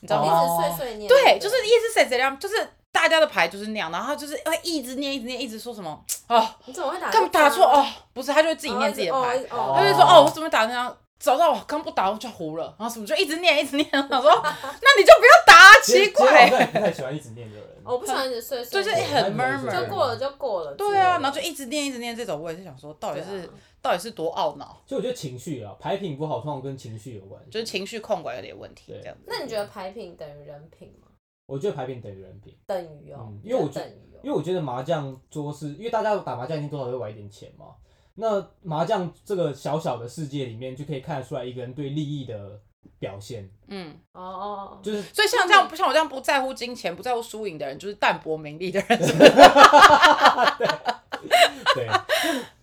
Speaker 1: 你知道
Speaker 3: 一
Speaker 1: 吗？
Speaker 2: 哦
Speaker 3: 直碎碎念。
Speaker 1: 对，就是一直谁谁样，就是大家的牌就是那样，然后他就是会一直念，一直念，一直说什么哦，
Speaker 3: 你怎么会打啊
Speaker 1: 干嘛打错哦？不是，他就会自
Speaker 3: 自
Speaker 1: 己念自己的牌，
Speaker 2: 哦
Speaker 1: 他
Speaker 2: 一
Speaker 1: 就
Speaker 2: 直
Speaker 1: 说
Speaker 2: 哦
Speaker 1: 哦，我怎么打那样？早知道我刚不打我就胡了，然后什么就一直念一直念，我说那你就不要打啊，奇
Speaker 2: 其实其实我好
Speaker 1: 怪，
Speaker 2: 像也不太喜欢一直念的人。
Speaker 3: 哦我不喜欢一直碎碎
Speaker 1: 就是
Speaker 3: 念，
Speaker 1: 很
Speaker 2: 对
Speaker 1: murmur，
Speaker 3: 就过了就过了。
Speaker 1: 啊对啊，然后就一直念一直念这种，我也是想说，到底
Speaker 3: 对啊
Speaker 1: 是到底是多懊恼，
Speaker 2: 就我觉得情绪啊，牌品不好，通常跟情绪有关系。
Speaker 1: 就是情绪控管有点问题
Speaker 2: 对
Speaker 1: 这样子。
Speaker 3: 那你觉得牌品等于人品吗？
Speaker 2: 我觉得牌品等于人品，
Speaker 3: 等于哦
Speaker 2: 嗯，因为我
Speaker 3: 就
Speaker 2: 觉
Speaker 3: 等于
Speaker 2: 因为
Speaker 3: 哦，
Speaker 2: 我觉得麻将桌是因为大家打麻将一定多少会玩一点钱嘛。那麻将这个小小的世界里面，就可以看得出来一个人对利益的表 现，
Speaker 1: 嗯，
Speaker 3: 哦哦，哦
Speaker 2: 就是
Speaker 1: 所以像这样不像我这样不在乎金钱、不在乎输赢的人，就是淡泊名利的人，是
Speaker 2: 对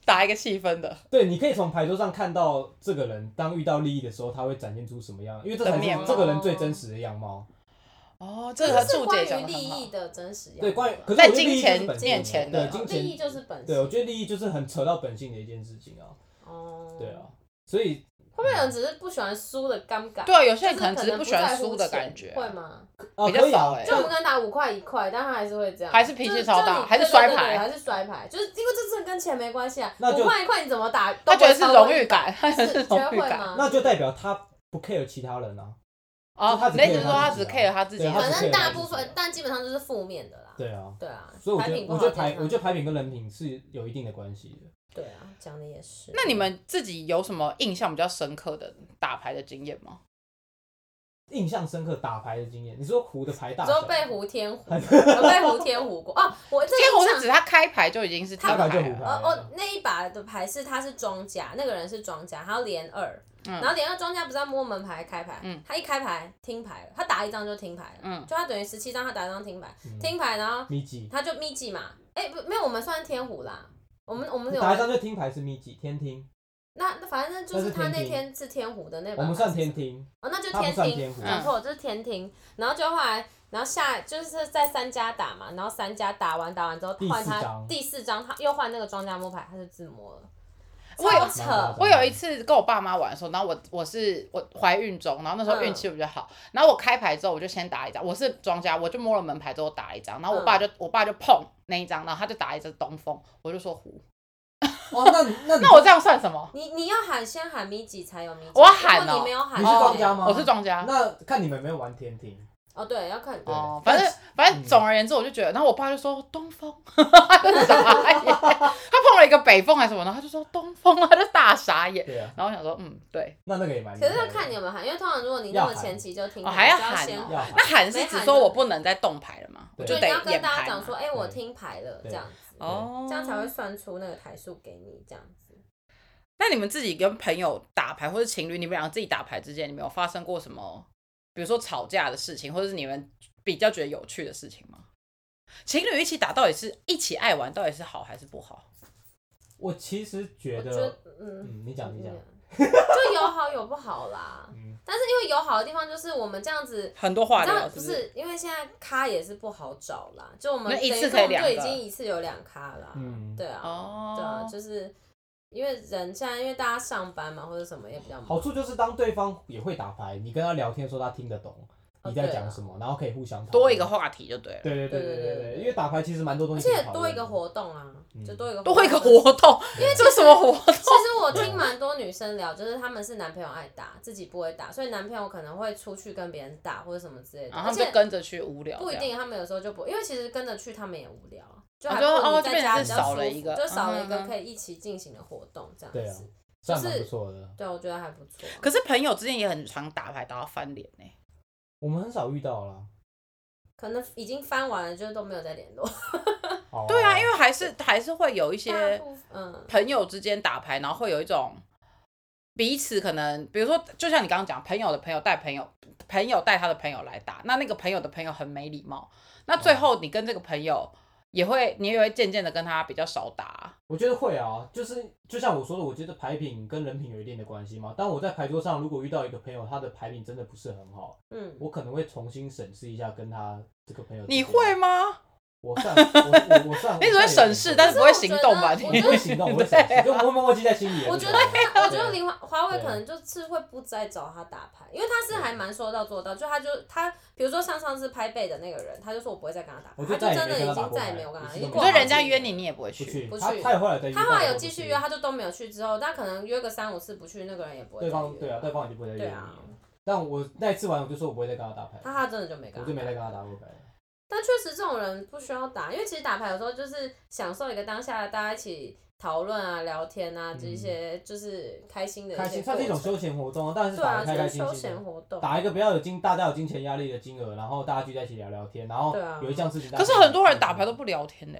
Speaker 1: 打一个气氛的。
Speaker 2: 对，你可以从牌桌上看到这个人当遇到利益的时候，他会展现出什么样，因为这才
Speaker 1: 的面貌
Speaker 2: 是这个人最真实的样貌。
Speaker 1: 哦，这
Speaker 3: 这
Speaker 1: 个和
Speaker 3: 是
Speaker 1: 注解
Speaker 3: 关
Speaker 1: 讲
Speaker 3: 于
Speaker 1: 的
Speaker 3: 利
Speaker 1: 很好
Speaker 3: 益。的真实样啊貌
Speaker 2: 对，关于可是
Speaker 1: 在
Speaker 2: 我觉得利益
Speaker 1: 金钱
Speaker 2: 就是本性
Speaker 1: 面前的
Speaker 2: 对金
Speaker 3: 哦利
Speaker 2: 钱，
Speaker 3: 益就是本
Speaker 2: 对我
Speaker 3: 性，
Speaker 2: 觉得利益就是很扯到本性的一件事情啊。
Speaker 3: 哦，
Speaker 2: 对啊，，所以
Speaker 3: 会不会有人只是不喜欢输的尴尬？
Speaker 1: 对，有些
Speaker 3: 就
Speaker 1: 人
Speaker 3: 是
Speaker 1: 可能只是
Speaker 3: 不
Speaker 1: 喜欢
Speaker 3: 在乎
Speaker 1: 输的
Speaker 3: 钱
Speaker 1: 感觉，
Speaker 3: 会吗？
Speaker 2: 啊
Speaker 1: 比较
Speaker 2: 可以
Speaker 1: 少
Speaker 2: 啊
Speaker 1: 欸，
Speaker 3: 就我们可能打五块一块，但他还是会这样，
Speaker 1: 还是脾气
Speaker 3: 就
Speaker 1: 超
Speaker 3: 就
Speaker 1: 大
Speaker 3: 你
Speaker 1: 还是
Speaker 3: 对对
Speaker 1: 摔
Speaker 3: 对
Speaker 1: 牌
Speaker 3: 还是摔牌，就是因为这真的跟钱没关系啊。
Speaker 2: 那就
Speaker 3: 五块一块你怎么打，
Speaker 1: 他
Speaker 3: 都不
Speaker 1: 觉
Speaker 3: 会
Speaker 1: 得是
Speaker 3: 超过
Speaker 1: 荣誉
Speaker 3: 一百
Speaker 1: 感，他 觉得是
Speaker 3: 是觉得
Speaker 1: 荣誉
Speaker 3: 会
Speaker 1: 感。
Speaker 3: 吗？
Speaker 2: 那就代表他不 care 其他人啊。
Speaker 1: 哦
Speaker 2: 就他，只
Speaker 1: 那意思
Speaker 2: care
Speaker 1: 说
Speaker 2: 他
Speaker 1: 他
Speaker 2: 自
Speaker 1: 只
Speaker 2: 己啊
Speaker 1: care 他自己
Speaker 2: 对
Speaker 1: 啊，
Speaker 2: 他只
Speaker 3: 反正
Speaker 2: care
Speaker 3: 大
Speaker 2: 自
Speaker 3: 部
Speaker 2: 己
Speaker 3: 分
Speaker 2: 的，
Speaker 3: 但基本上都是负面的啦。
Speaker 2: 对啊，
Speaker 3: 对啊，
Speaker 2: 所以我
Speaker 3: 牌
Speaker 2: 觉
Speaker 3: 品
Speaker 2: 得
Speaker 3: 不
Speaker 2: 我
Speaker 3: 好
Speaker 2: 觉得
Speaker 3: 健
Speaker 2: 牌
Speaker 3: 康
Speaker 2: 我觉得牌品跟人品是有一定的关系的。
Speaker 3: 对啊，讲的也是。
Speaker 1: 那你们自己有什么印象比较深刻的打牌的经验吗？
Speaker 2: 印象深刻打牌的经验，你说胡的牌大
Speaker 3: 你
Speaker 2: 小
Speaker 3: 说被胡天胡，有被胡天胡过啊？我这
Speaker 1: 今天我是
Speaker 3: 印象
Speaker 1: 指他开牌就已经是
Speaker 2: 开
Speaker 1: 天
Speaker 2: 牌就胡
Speaker 1: 了，
Speaker 2: 牌
Speaker 3: 呃
Speaker 2: 啊，
Speaker 3: 哦，那一把的牌是他是庄家，那个人是庄家，他要连二，
Speaker 1: 嗯
Speaker 3: 然后连二庄家不是要摸门牌开牌，
Speaker 1: 嗯
Speaker 3: 他一开牌听牌了，他打一张就听牌了，
Speaker 1: 嗯
Speaker 3: 就他等于十七张他打一张听牌，
Speaker 2: 嗯
Speaker 3: 听牌然后
Speaker 2: 秘籍，
Speaker 3: 他就秘技嘛，哎、不没有我们算天胡啦，我们我们有
Speaker 2: 打一张就听牌是秘籍，天听，
Speaker 3: 那那反正就
Speaker 2: 那
Speaker 3: 是
Speaker 2: 是
Speaker 3: 他那
Speaker 2: 天听
Speaker 3: 天是天胡的那
Speaker 2: 我
Speaker 3: 把牌
Speaker 2: 们
Speaker 3: 是
Speaker 2: 算
Speaker 3: 什
Speaker 2: 天
Speaker 3: 么
Speaker 2: 听，
Speaker 3: 哦，那就
Speaker 2: 他
Speaker 3: 天
Speaker 2: 不算
Speaker 3: 庭
Speaker 2: 天，胡
Speaker 3: 讲错，就是天庭。然后就后来，然后下就是在三家打嘛，然后三家打完打完之后
Speaker 2: 第四
Speaker 3: 换他
Speaker 2: 张
Speaker 3: 第四张，他又换那个庄家摸牌，他就自摸了，
Speaker 1: 我
Speaker 3: 超
Speaker 1: 有
Speaker 3: 扯。
Speaker 2: 蛮
Speaker 1: 我有一次跟我爸妈玩的时候，然后我我是我怀孕中，然后那时候
Speaker 3: 嗯
Speaker 1: 运气比较好，然后我开牌之后我就先打一张，我是庄家，我就摸了门牌之后打一张，然后我爸
Speaker 3: 嗯
Speaker 1: 就、我爸就碰那一张，然后他就打一只东风，我就说胡，
Speaker 2: 哦，那你
Speaker 3: 嗯
Speaker 2: 那你
Speaker 1: 那我这样算什么？
Speaker 3: 你你要喊先喊咪吉才有咪吉，
Speaker 1: 我要喊哦
Speaker 3: 如果你没有喊，
Speaker 2: 你是庄家吗？
Speaker 1: 我是庄家。
Speaker 2: 那看你们有没有玩天庭，
Speaker 3: 哦，对，要看
Speaker 2: 对
Speaker 1: 哦，反正反正总而言之，我就觉得，然后我爸就说东风， 他就傻眼，他碰了一个北风还是什么，然后他就说东风，他就大傻眼。
Speaker 2: 对啊，
Speaker 1: 然后我想说，嗯，对，
Speaker 2: 那那个也蛮厉
Speaker 3: 可
Speaker 2: 害
Speaker 3: 是
Speaker 2: 的。
Speaker 3: 要看你有没有喊，因为通常如果你那么前期就听
Speaker 1: 哦
Speaker 3: 牌，
Speaker 1: 还要
Speaker 3: 就
Speaker 1: 喊
Speaker 3: 先
Speaker 1: 哦
Speaker 2: 要
Speaker 3: 喊，
Speaker 2: 喊
Speaker 1: 那喊是只说我不能再动牌了嘛，我
Speaker 2: 没喊
Speaker 1: 就
Speaker 3: 对，
Speaker 1: 得
Speaker 3: 你要跟
Speaker 1: 演
Speaker 3: 大家
Speaker 1: 牌
Speaker 3: 讲
Speaker 1: 嘛。
Speaker 3: 说，哎，我
Speaker 2: 对
Speaker 3: 听牌了，这
Speaker 2: 对
Speaker 3: 样子，
Speaker 1: 哦，
Speaker 3: 这样才会。算出那个台数给你，这样子。
Speaker 1: 那你们自己跟朋友打牌或者情侣，你们两个自己打牌之间，你们有发生过什么，比如说吵架的事情，或者是你们比较觉得有趣的事情吗？情侣一起打到底是一起爱玩，到底是好还是不好？
Speaker 2: 我其实觉
Speaker 3: 我觉得
Speaker 2: 得，，
Speaker 3: 嗯。
Speaker 2: 嗯，你讲你讲，
Speaker 3: 就有好有不好啦。
Speaker 2: 嗯
Speaker 3: 但是因为有好的地方就是我们这样子，
Speaker 1: 很多
Speaker 3: 你
Speaker 1: 话
Speaker 3: 知道
Speaker 1: 聊，
Speaker 3: 不
Speaker 1: 不是？
Speaker 3: 是因为现在咖也是不好找啦，就我们
Speaker 1: 那一
Speaker 3: 等于
Speaker 1: 次
Speaker 3: 说
Speaker 1: 可以
Speaker 3: 我们
Speaker 1: 两
Speaker 3: 就已
Speaker 1: 个
Speaker 3: 经一次有两咖啦。
Speaker 2: 嗯，
Speaker 3: 对啊，
Speaker 1: 哦，
Speaker 3: 对啊，就是因为人现在因为大家上班嘛或者什么也比较忙，
Speaker 2: 好处就是当对方也会打牌，你跟他聊天的时候，他听得懂
Speaker 3: 哦
Speaker 2: 你在讲什么，然后可以互相讨论
Speaker 1: 多一个。话题就对了，
Speaker 2: 对对对
Speaker 3: 对
Speaker 2: 对
Speaker 3: 啊对
Speaker 2: 对
Speaker 3: 对
Speaker 2: 对，
Speaker 3: 对
Speaker 2: 因为打牌其实蛮多东
Speaker 3: 而
Speaker 2: 西可以
Speaker 3: 且
Speaker 2: 讨论的，
Speaker 3: 多一个活动啊，
Speaker 2: 嗯
Speaker 3: 就多一个
Speaker 1: 多一个
Speaker 3: 动。
Speaker 1: 活动，因为这是什么活
Speaker 3: 其
Speaker 1: 动？
Speaker 3: 实我听蛮多女生聊，就是她们是男朋友爱打，自己不会打，所以男朋友可能会出去跟别人打或者什么之类的。
Speaker 1: 然后啊
Speaker 3: 而
Speaker 1: 他们
Speaker 3: 且
Speaker 1: 就跟着去无聊，
Speaker 3: 不一。定，他们有时候就不，因为其实跟着去他们也无聊，啊就
Speaker 2: 啊
Speaker 1: 哦
Speaker 3: 还不
Speaker 1: 就
Speaker 3: 如
Speaker 1: 哦
Speaker 3: 你
Speaker 1: 就
Speaker 3: 在
Speaker 1: 变成
Speaker 3: 家
Speaker 1: 是
Speaker 3: 比较
Speaker 1: 少
Speaker 3: 舒
Speaker 1: 了
Speaker 3: 服
Speaker 1: 一个
Speaker 3: 就少了一
Speaker 1: 嗯
Speaker 3: 个
Speaker 1: 嗯嗯
Speaker 3: 可以一起进行的活动，这样
Speaker 2: 对啊
Speaker 3: 子。
Speaker 2: 算蛮
Speaker 3: 就是
Speaker 2: 不错的。
Speaker 3: 对，我觉得还不错。
Speaker 1: 可是朋友之间也很常打牌打到翻脸呢、
Speaker 2: 我们很少遇到啦。
Speaker 3: 可能已经翻完了，就是都没有再联络。
Speaker 2: 哦
Speaker 1: 对啊啊，因为还是还是会有一
Speaker 3: 大
Speaker 1: 些
Speaker 3: 部分嗯，
Speaker 1: 朋友之间打牌，然后会有一种彼此可能，比如说，就像你刚刚讲，朋友的朋友带朋友，朋友带他的朋友来打，那那个朋友的朋友很没礼貌，那最后你跟这个朋友也会，你也会渐渐的跟他比较少打啊、
Speaker 2: 我觉得会啊，就是就像我说的，我觉得牌品跟人品有一定的关系嘛。当我在牌桌上如果遇到一个朋友，他的牌品真的不是很好，
Speaker 3: 嗯，
Speaker 2: 我可能会重新审视一下跟他这个朋友之间。
Speaker 1: 你会吗？
Speaker 2: 我算我我我算，
Speaker 1: 你只会审视，但是不
Speaker 3: 我
Speaker 1: 会
Speaker 3: 觉
Speaker 1: 行
Speaker 3: 得
Speaker 1: 动吧？
Speaker 3: 我
Speaker 2: 啊
Speaker 1: 你
Speaker 2: 我不会行动，我会审视，就默默默记在心里。啊
Speaker 3: 我觉得
Speaker 2: 对不对
Speaker 3: 我觉得
Speaker 2: 对
Speaker 3: 林华华为
Speaker 2: 对啊
Speaker 3: 可能就是会不再找他打牌，因为他是还蛮说到做到，就他就他，比如说像上次拍背的那个人，他就说我不会再跟他打牌，
Speaker 2: 我就再
Speaker 3: 他就
Speaker 2: 也
Speaker 3: 真的
Speaker 2: 没
Speaker 3: 已
Speaker 2: 跟他打过
Speaker 3: 经再也
Speaker 2: 牌
Speaker 3: 没有跟
Speaker 2: 一
Speaker 3: 他
Speaker 2: 次都没有
Speaker 1: 你
Speaker 3: 一起打
Speaker 1: 说
Speaker 3: 过
Speaker 2: 打
Speaker 1: 人家
Speaker 3: 牌
Speaker 1: 约你，你也不会
Speaker 2: 不
Speaker 1: 去。
Speaker 2: 去，
Speaker 3: 不
Speaker 2: 他
Speaker 3: 去
Speaker 2: 他也后来再遇到
Speaker 3: 他后来有继续约，
Speaker 2: 他
Speaker 3: 他就都没有去，之后他可能约个三五次不去，那个人也不会
Speaker 2: 都不去，对方对
Speaker 3: 再约
Speaker 2: 啊，对方也就不会再约
Speaker 3: 对
Speaker 2: 你
Speaker 3: 啊
Speaker 2: 了。但我那一次完，我就说我不会再跟他打牌
Speaker 3: 他
Speaker 2: 了，
Speaker 3: 他真的就没
Speaker 2: 我
Speaker 3: 跟他
Speaker 2: 就没
Speaker 3: 打
Speaker 2: 再跟他打过牌了。
Speaker 3: 但确实这种人不需要打，因为其实打牌有时候就是享受一个当下，大家一起讨论啊、聊天啊，这些就是开心的一
Speaker 2: 嗯
Speaker 3: 些
Speaker 2: 开心算是一种
Speaker 3: 过程
Speaker 2: 休闲活动啊，当然是
Speaker 3: 对
Speaker 2: 打
Speaker 3: 啊，
Speaker 2: 得开开
Speaker 3: 就是
Speaker 2: 心心
Speaker 3: 休
Speaker 2: 的
Speaker 3: 闲。活动。
Speaker 2: 打一个不要有金，大家有金钱压力的金额，然后大家聚在一起聊聊天，然后
Speaker 3: 对啊
Speaker 2: 有一项事情大家
Speaker 1: 可
Speaker 2: 以
Speaker 1: 是
Speaker 2: 做。
Speaker 1: 很多人打牌都不聊天的、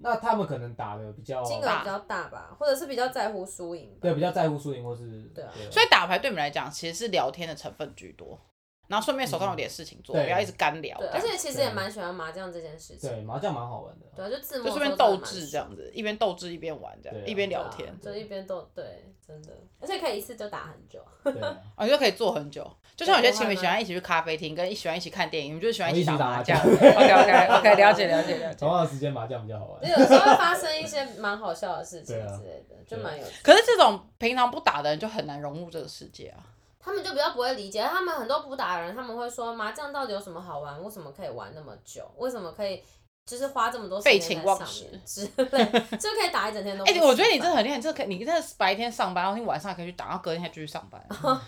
Speaker 2: 那他们可能打的比较
Speaker 3: 金额比较大吧，或者是比较在乎输赢吧。
Speaker 2: 对比较在乎输赢或是
Speaker 3: 对啊
Speaker 1: 所以打牌对你们来讲其实是聊天的成分居多，然后顺便手上有点事情做，
Speaker 2: 嗯对
Speaker 1: 不要一直干聊，
Speaker 3: 对，
Speaker 1: 这
Speaker 3: 而
Speaker 1: 样
Speaker 3: 且其实也蛮喜欢麻将这件事情。
Speaker 2: 啊对麻将蛮好玩的。
Speaker 3: 对啊，就字幕
Speaker 1: 就顺便斗智这样子，一边斗智一边玩这样，
Speaker 2: 对啊
Speaker 1: 一边
Speaker 3: 对啊
Speaker 1: 聊天，
Speaker 3: 就一边斗，对，真的，而且可以一次就打很 久。
Speaker 2: 对啊，
Speaker 1: 啊，你就可以坐很久。就像有些
Speaker 3: 对
Speaker 1: 情侣
Speaker 3: 我还蛮
Speaker 1: 喜欢一起去咖啡厅，跟一喜欢一起看电影，你们就喜欢
Speaker 2: 我一
Speaker 1: 一起
Speaker 2: 起
Speaker 1: 打
Speaker 2: 打
Speaker 1: 麻
Speaker 2: 麻
Speaker 1: 将。
Speaker 2: 将
Speaker 1: OK OK OK，了解了解了解
Speaker 2: 同。样的时间麻将比较好 玩
Speaker 3: 就。有时候会发生一些蛮好笑的事情
Speaker 2: 对啊
Speaker 3: 之类的，就蛮有趣。
Speaker 1: 可是这种平常不打的人就很难融入这个世界啊。
Speaker 3: 他们就比较不会理解，他们很多不打的人，他们会说麻将到底有什么好玩？为什么可以玩那么久？为什么可以就是花这么多时
Speaker 1: 废
Speaker 3: 间
Speaker 1: 寝
Speaker 3: 在
Speaker 1: 忘
Speaker 3: 上
Speaker 1: 食
Speaker 3: 面之类，就可以打一整天都不
Speaker 1: 哎、
Speaker 3: 吃饭。
Speaker 1: 我觉得你真的很厉害，你这可以你真的是白天上班，然后你晚上还可以去打，然后隔天还继续上 班，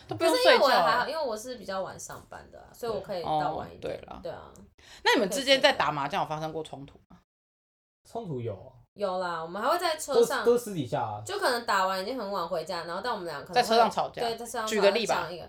Speaker 1: 都不
Speaker 3: 可
Speaker 1: 用
Speaker 3: 是因
Speaker 1: 睡
Speaker 3: 为
Speaker 1: 觉
Speaker 3: 我也还
Speaker 1: 啊
Speaker 3: 好，。因为我是比较晚上班的啊、所以我可以
Speaker 1: 哦
Speaker 3: 到晚一点。
Speaker 1: 对啦
Speaker 3: 对啊，
Speaker 1: 那你们之间在打麻将有发生过冲突吗？
Speaker 2: 冲突有啊，
Speaker 3: 有啦，我们还会在
Speaker 2: 都
Speaker 3: 车
Speaker 2: 是
Speaker 3: 上，
Speaker 2: 都是私底下啊。
Speaker 3: 就可能打完已经很晚回家，然后但我们俩可能
Speaker 1: 在车上
Speaker 3: 会
Speaker 1: 吵架
Speaker 3: 对，在车上
Speaker 1: 举
Speaker 3: 吵
Speaker 1: 个
Speaker 3: 架
Speaker 1: 例吧
Speaker 3: 讲一个。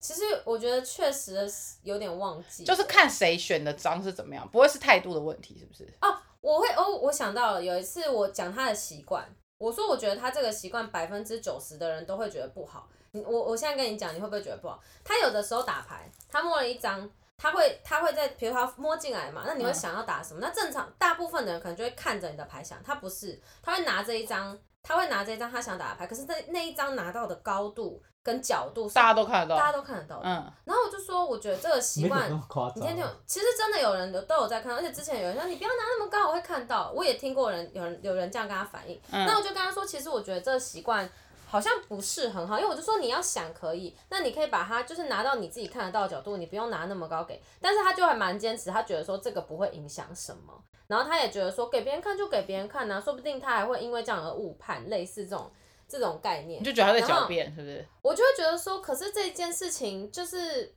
Speaker 3: 其实我觉得确实是有点忘记了，
Speaker 1: 就是看谁选的章是怎么样，不会是态度的问题，是不是？
Speaker 3: 哦，我会哦，我想到了，有一次我讲他的习惯，我说我觉得他这个习惯百分之九十的人都会觉得不好。你我我现在跟你讲，你会不会觉得不好？他有的时候打牌，他摸了一张，他会他会在，比如他摸进来嘛，那你会
Speaker 1: 嗯
Speaker 3: 想要打什么？那正常大部分的人可能就会看着你的牌想，他不是，他会拿着一张，他会拿着一张他想打的牌，可是那那一张拿到的高度跟角度是
Speaker 1: 大家都看得
Speaker 3: 大家
Speaker 1: 到，
Speaker 3: 都看得到的。
Speaker 1: 嗯，
Speaker 3: 然后我就说，我觉得这个习
Speaker 2: 没有
Speaker 3: 惯
Speaker 2: 那么夸
Speaker 3: 你
Speaker 2: 张
Speaker 3: 天天有
Speaker 2: 啊。，
Speaker 3: 其实真的有人都都有在看，而且之前有人说你不要拿那么高，我会看到。我也听过人有人有人这样跟他反映，
Speaker 1: 嗯
Speaker 3: 那我就跟他说，其实我觉得这个习惯好像不是很好，因为我就说你要想可以，那你可以把它就是拿到你自己看得到的角度，你不用拿那么高给。但是他就还蛮坚持，他觉得说这个不会影响什么，然后他也觉得说给别人看就给别人看呐、啊说不定他还会因为这样而误判，类似这种这种概念
Speaker 1: 你。就觉得他在
Speaker 3: 然
Speaker 1: 狡
Speaker 3: 后
Speaker 1: 辩，是不是？
Speaker 3: 我就会觉得说，可是这件事情就是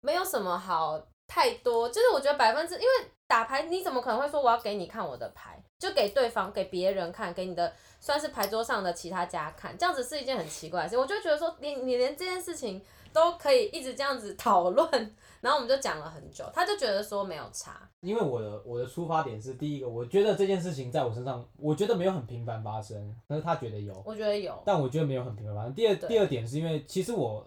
Speaker 3: 没有什么好太多，就是我觉得百分之，因为打牌你怎么可能会说我要给你看我的牌，就给对方给别人看，给你的算是牌桌上的其他家看，这样子是一件很奇怪的事情。我就觉得说你你连这件事情都可以一直这样子 讨论，然后我们就讲了很久，他就觉得说没有差，
Speaker 2: 因为我的我的出发点是第一个，我觉得这件事情在我身上，我觉得没有很频繁发生，但是他觉得有，
Speaker 3: 我觉得有，
Speaker 2: 但我觉得没有很频繁发生。第二
Speaker 3: 对
Speaker 2: 第二点是因为其实我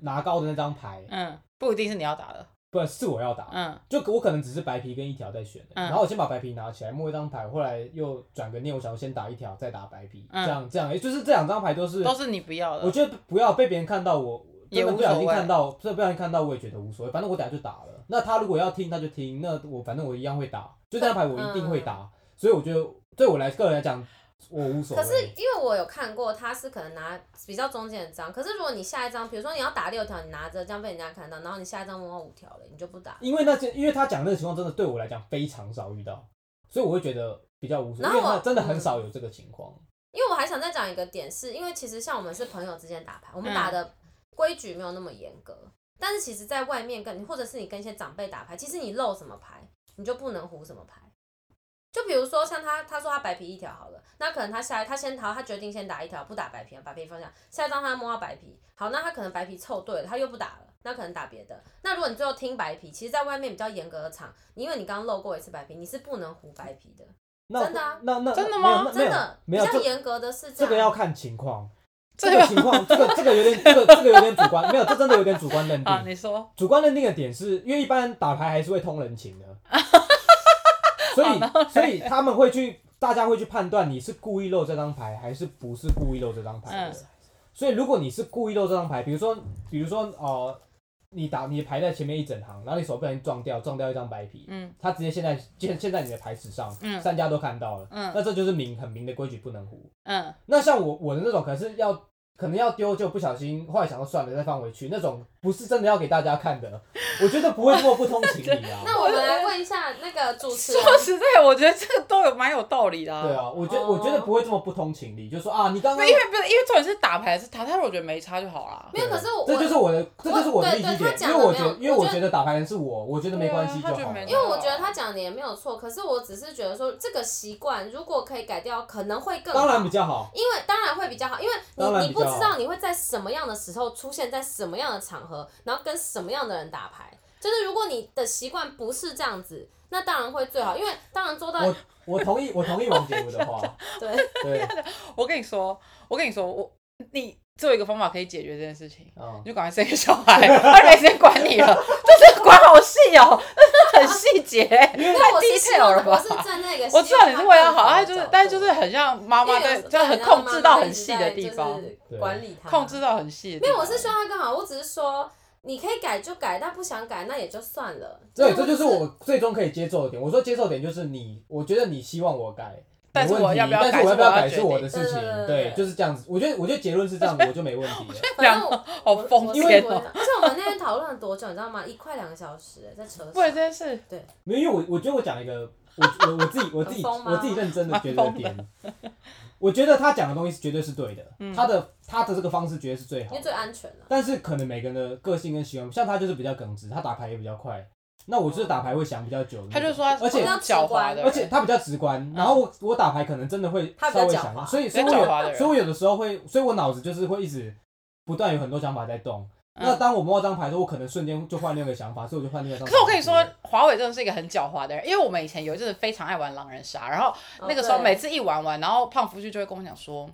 Speaker 2: 拿高的那张牌，
Speaker 1: 嗯，不一定是你要打的，
Speaker 2: 不是我要打，
Speaker 1: 嗯
Speaker 2: 就我可能只是白皮跟一条在选的，
Speaker 1: 嗯
Speaker 2: 然后我先把白皮拿起来摸一张牌，后来又转个念，我想要先打一条，再打白皮，
Speaker 1: 嗯
Speaker 2: 这样这样，也就是这两张牌都是，
Speaker 1: 都是你不
Speaker 3: 呃
Speaker 1: 要
Speaker 2: 我
Speaker 1: 的。
Speaker 2: 觉得不要被别人看到我。
Speaker 1: 也
Speaker 2: 真的
Speaker 1: 无
Speaker 2: 不小
Speaker 1: 所
Speaker 2: 心
Speaker 1: 谓
Speaker 2: 看到，真的不小心看到，我也觉得无所谓，反正我打就打了。那他如果要听，那就听，那我反正我一样会打，就这张牌我一定会
Speaker 3: 嗯
Speaker 2: 打，所以我觉得对我来个人来讲，我无所
Speaker 3: 可
Speaker 2: 谓。
Speaker 3: 是因为我有看过，他是可能拿比较中间的张，可是如果你下一张，比如说你要打六条，你拿着这样被人家看到，然后你下一张摸到五条了，你就不打。
Speaker 2: 因为那些，因为他讲那个情况真的对我来讲非常少遇到，所以我会觉得比较无所谓，
Speaker 3: 然
Speaker 2: 因
Speaker 3: 后
Speaker 2: 为
Speaker 3: 我嗯
Speaker 2: 他真的很少有这个情况。
Speaker 3: 因为我还想再讲一个点是，因为其实像我们是朋友之间打牌，我
Speaker 1: 嗯
Speaker 3: 们打的规矩没有那么严格，但是其实在外面跟你，或者是你跟一些长辈打牌，其实你露什么牌，你就不能胡什么牌。就比如说像他，他说他白皮一条好了，那可能他下他先逃，他决定先打一条，不打白皮，把白皮放下。下一张他摸到白皮，好，那他可能白皮凑对了，他又不打了，那可能打别的。那如果你最后听白皮，其实在外面比较严格的场，因为你刚刚漏过一次白皮，你是不能胡白皮的，
Speaker 2: 那
Speaker 3: 真的啊
Speaker 2: 那那
Speaker 1: 真的
Speaker 2: 那
Speaker 1: 吗
Speaker 2: 没有那
Speaker 3: 真的比
Speaker 2: 没有没有
Speaker 3: 较
Speaker 2: 这
Speaker 3: 严格的是啊
Speaker 2: 这
Speaker 3: 样
Speaker 2: 个要看情况，
Speaker 1: 这
Speaker 2: 这
Speaker 1: 个
Speaker 2: 个情况这个这个有点这个这个有点主观，没有这真的有点主观认
Speaker 1: 啊，
Speaker 2: 定。
Speaker 1: 你说
Speaker 2: 主观认定的点是因为一般打牌还是会通人情 的，所
Speaker 1: 好然后嘞
Speaker 2: 以所以他们会去大家会去判断你是故意漏这张牌还是不是故意漏这张牌的
Speaker 1: 嗯
Speaker 2: 所以如果你是故意漏这张牌，比如说比如说哦、呃你打你的牌在前面一整行，然后你手不小心撞掉撞掉一张白皮，
Speaker 1: 嗯，
Speaker 2: 他直接现在现现在你的牌纸上，
Speaker 1: 嗯
Speaker 2: 三家都看到了，
Speaker 1: 嗯
Speaker 2: 那这就是明很明的规矩不能胡。
Speaker 1: 嗯，
Speaker 2: 那像我我的那种，可能是要可能要丢就不小心，后来想说算了再放回去那种，不是真的要给大家看的，我觉得不会做不通情理 啊。
Speaker 3: 那我们来问一啊下那个主持人，
Speaker 1: 说实在，我觉得这个都有蛮有道理的、
Speaker 2: 对。啊，我觉得我觉
Speaker 3: 哦
Speaker 2: 得不会这么不通情理，就说啊，你刚
Speaker 1: 不
Speaker 2: 刚
Speaker 1: 是因为不是因为重点是打牌是他，他我觉得没差就好啦。
Speaker 3: 没有，可是我
Speaker 2: 这就是我的，这就是我的
Speaker 3: 对
Speaker 2: 立
Speaker 3: 对
Speaker 2: 体
Speaker 3: 他
Speaker 2: 点，因
Speaker 3: 讲
Speaker 2: 为
Speaker 3: 的
Speaker 2: 我
Speaker 3: 没
Speaker 2: 觉
Speaker 3: 有
Speaker 2: 得因为
Speaker 3: 我
Speaker 2: 我
Speaker 3: 觉
Speaker 2: 觉得打牌人是我，我觉得没关系
Speaker 1: 对啊他
Speaker 2: 就
Speaker 1: 觉得
Speaker 2: 好
Speaker 1: 没
Speaker 2: 了
Speaker 1: 差
Speaker 3: 因为我觉得他讲的也没有错，可是我只是觉得说这个习惯如果可以改掉，可能会更好
Speaker 2: 当然比较好。
Speaker 3: 因为当然会比较好，因为
Speaker 2: 当然
Speaker 3: 你你
Speaker 2: 比
Speaker 3: 不
Speaker 2: 较
Speaker 3: 知道
Speaker 2: 好
Speaker 3: 你会在什么样的时候出现在什么样的场合，然后跟什么样的人打牌。就是如果你的习惯不是这样子，那当然会最好，因为当然做到
Speaker 2: 我我同意，我同意王姐夫的话，
Speaker 3: 对
Speaker 2: 对，
Speaker 1: 我跟你说，我跟你说，我你只有一个方法可以解决这件事情，
Speaker 2: 嗯
Speaker 1: 你，就赶快生一个小孩，他没时间管你了，就是管好细哦、很细节，太
Speaker 3: 因为我是希
Speaker 1: detail
Speaker 3: 望
Speaker 1: 了
Speaker 3: 我
Speaker 1: 吧
Speaker 3: 是。站在一个希
Speaker 1: 我
Speaker 3: 望他更好的角度，
Speaker 1: 知道你是为了好，他就是，但是就是很像妈
Speaker 3: 因为
Speaker 1: 妈
Speaker 3: 有
Speaker 1: 对，
Speaker 3: 时候
Speaker 1: 就是很
Speaker 3: 你知道
Speaker 1: 控
Speaker 3: 妈
Speaker 1: 制
Speaker 3: 妈
Speaker 1: 到
Speaker 3: 会
Speaker 1: 很
Speaker 3: 一直
Speaker 1: 细
Speaker 3: 在
Speaker 1: 的地
Speaker 3: 就是
Speaker 1: 方，
Speaker 3: 管理他
Speaker 1: 控制到很细的地
Speaker 3: 没
Speaker 1: 方。
Speaker 3: 有，我是希望他更好，我只是说你可以改就改，但不想改那也就算了。
Speaker 2: 对，这就是我最终可以接受的点。我说接受点就是你，我觉得你希望我改，
Speaker 1: 但是
Speaker 2: 没问
Speaker 1: 我
Speaker 2: 题
Speaker 1: 要不要
Speaker 2: 但
Speaker 1: 改
Speaker 2: 是我要不
Speaker 1: 是我要
Speaker 2: 改
Speaker 1: 决
Speaker 2: 是我的
Speaker 3: 定
Speaker 2: 事情
Speaker 3: 对对，对
Speaker 2: 对
Speaker 3: 对，
Speaker 2: 就是这样子。我觉得我觉得结论是这样，我就没问题了。
Speaker 3: 反正我
Speaker 1: 好
Speaker 3: 我
Speaker 1: 疯
Speaker 3: 我是
Speaker 1: 癫
Speaker 3: 不会
Speaker 1: 哦
Speaker 3: 而且我们那天讨论了多久，你知道吗？一快两个小时、欸在车上。
Speaker 1: 为了这件事，
Speaker 2: 没有，因为我我觉得我讲一个我我我自己我自己
Speaker 3: 很疯吗
Speaker 2: 我自己认真的觉得点，我觉得他讲的东西是绝对是对的，他的他的这个方式绝对是最
Speaker 3: 因
Speaker 2: 好
Speaker 3: 为
Speaker 2: 的，
Speaker 3: 最安全了。
Speaker 2: 但是可能每个人的个性跟习惯，像他就是比较耿直，他打牌也比较快，那我就是打牌会想比较久的那
Speaker 1: 他
Speaker 2: 种，
Speaker 1: 就说他
Speaker 2: 而且
Speaker 1: 是狡猾的人，
Speaker 2: 而且他比较直观，然后我我打牌可能真的会
Speaker 3: 他比
Speaker 2: 稍
Speaker 3: 较
Speaker 2: 微
Speaker 3: 狡
Speaker 2: 想，
Speaker 3: 猾
Speaker 2: 所以
Speaker 1: 比较
Speaker 2: 所以我
Speaker 1: 狡猾的
Speaker 2: 有
Speaker 1: 人
Speaker 2: 所以我有的时候会，所以我脑子就是会一直不断有很多想法在动。
Speaker 1: 嗯
Speaker 2: 那当我摸到张牌的时候，我可能瞬间就换另一个想法，所以我就换另一个张
Speaker 1: 可
Speaker 2: 牌。
Speaker 1: 是我跟你说，华伟真的是一个很狡猾的人，因为我们以前有一阵子非常爱玩狼人杀，然后那
Speaker 3: 哦
Speaker 1: 个时候每次一玩完，然后胖夫婿就会跟我讲说，